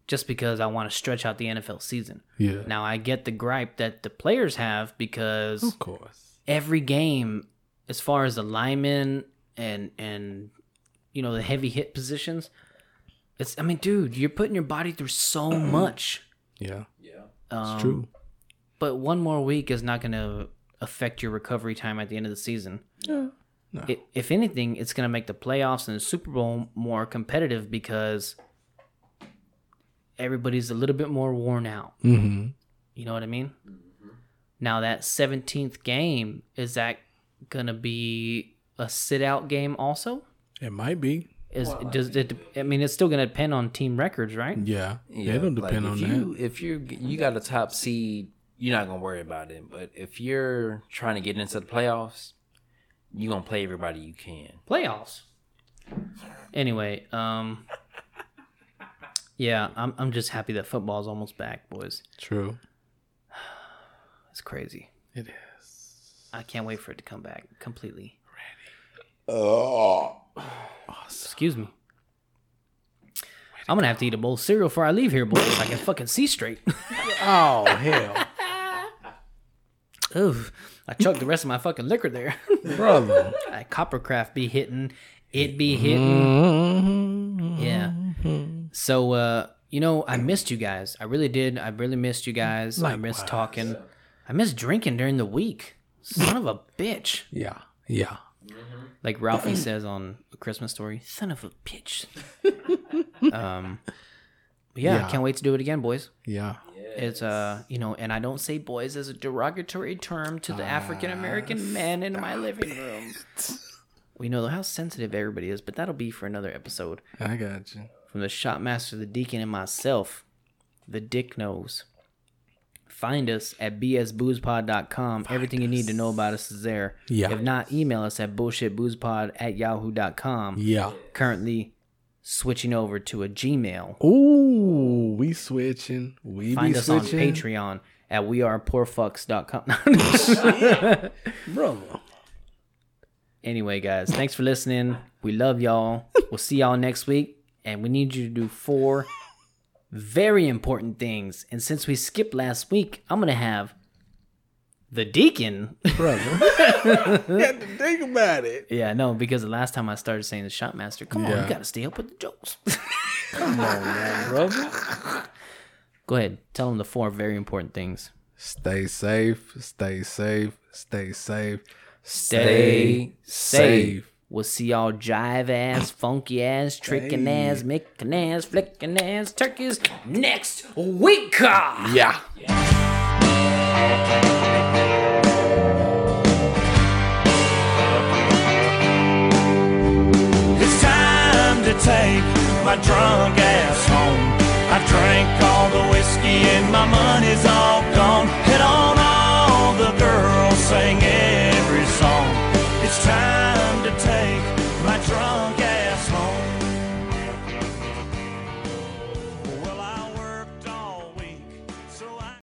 just because I want to stretch out the NFL season. Yeah. Now I get the gripe that the players have because Of course. every game as far as the linemen and and you know the heavy hit positions it's i mean dude you're putting your body through so much Yeah. Yeah. um, It's true. but one more week is not going to affect your recovery time at the end of the season Yeah. No. I if anything it's going to make the playoffs and the super bowl more competitive because everybody's a little bit more worn out Mm-hmm. you know what I mean? Mm-hmm. Now that 17th game is that going to be a sit out game also? It might be. Is does it I mean it's still going to depend on team records, right? Yeah. Yeah. Yeah, It'll like, depend on if that. you, If you you got a top seed, you're not gonna worry about it. But if you're trying to get into the playoffs, you're gonna play everybody you can. Playoffs. Anyway, um yeah, I'm I'm just happy that football's almost back, boys. True. It's crazy. It is. I can't wait for it to come back completely. Ready. Oh. Excuse me. I'm gonna have to eat a bowl of cereal before I leave here, boys. so I can fucking see straight. Oh, hell. Oof. I chugged the rest of my fucking liquor there. Brother. that Coppercraft be hitting. It be hitting. Mm-hmm. Yeah. So, uh, you know, I missed you guys. I really did. I really missed you guys. I missed talking. I missed drinking during the week. Son of a bitch. Yeah. Yeah. Like Ralphie says on A Christmas Story, son of a bitch. um, but yeah, Yeah. I can't wait to do it again, boys. Yeah. It's uh, you know, and I don't say boys as a derogatory term to the African American men in my living room. We know how sensitive everybody is, but that'll be for another episode. I got you. From the shop master, the deacon, and myself, the dick knows. Find us at bsboozepod.com. Everything you need to know about us is there. Yeah. If not, email us at bullshitboozepod at yahoo.com. Yeah. Currently switching over to a Gmail. Ooh, we switching. We Find be us on switching. Patreon at wearepoorfucks.com. bro. anyway, guys, thanks for listening. We love y'all. We'll see y'all next week. And we need you to do four very important things. And since we skipped last week, I'm going to have the deacon. Brother. you had to think about it. yeah, no, because the last time I started saying the shot master, come on, Yeah. you got to stay up with the jokes. Brother. Go ahead, tell them the four very important things. Stay safe. Stay safe. Stay safe. Stay safe. We'll see y'all jive ass, funky ass, tricking ass, micking ass, flicking ass turkeys next week. ah. Yeah. It's time to take my drunk ass home. I drank all the whiskey and my money's all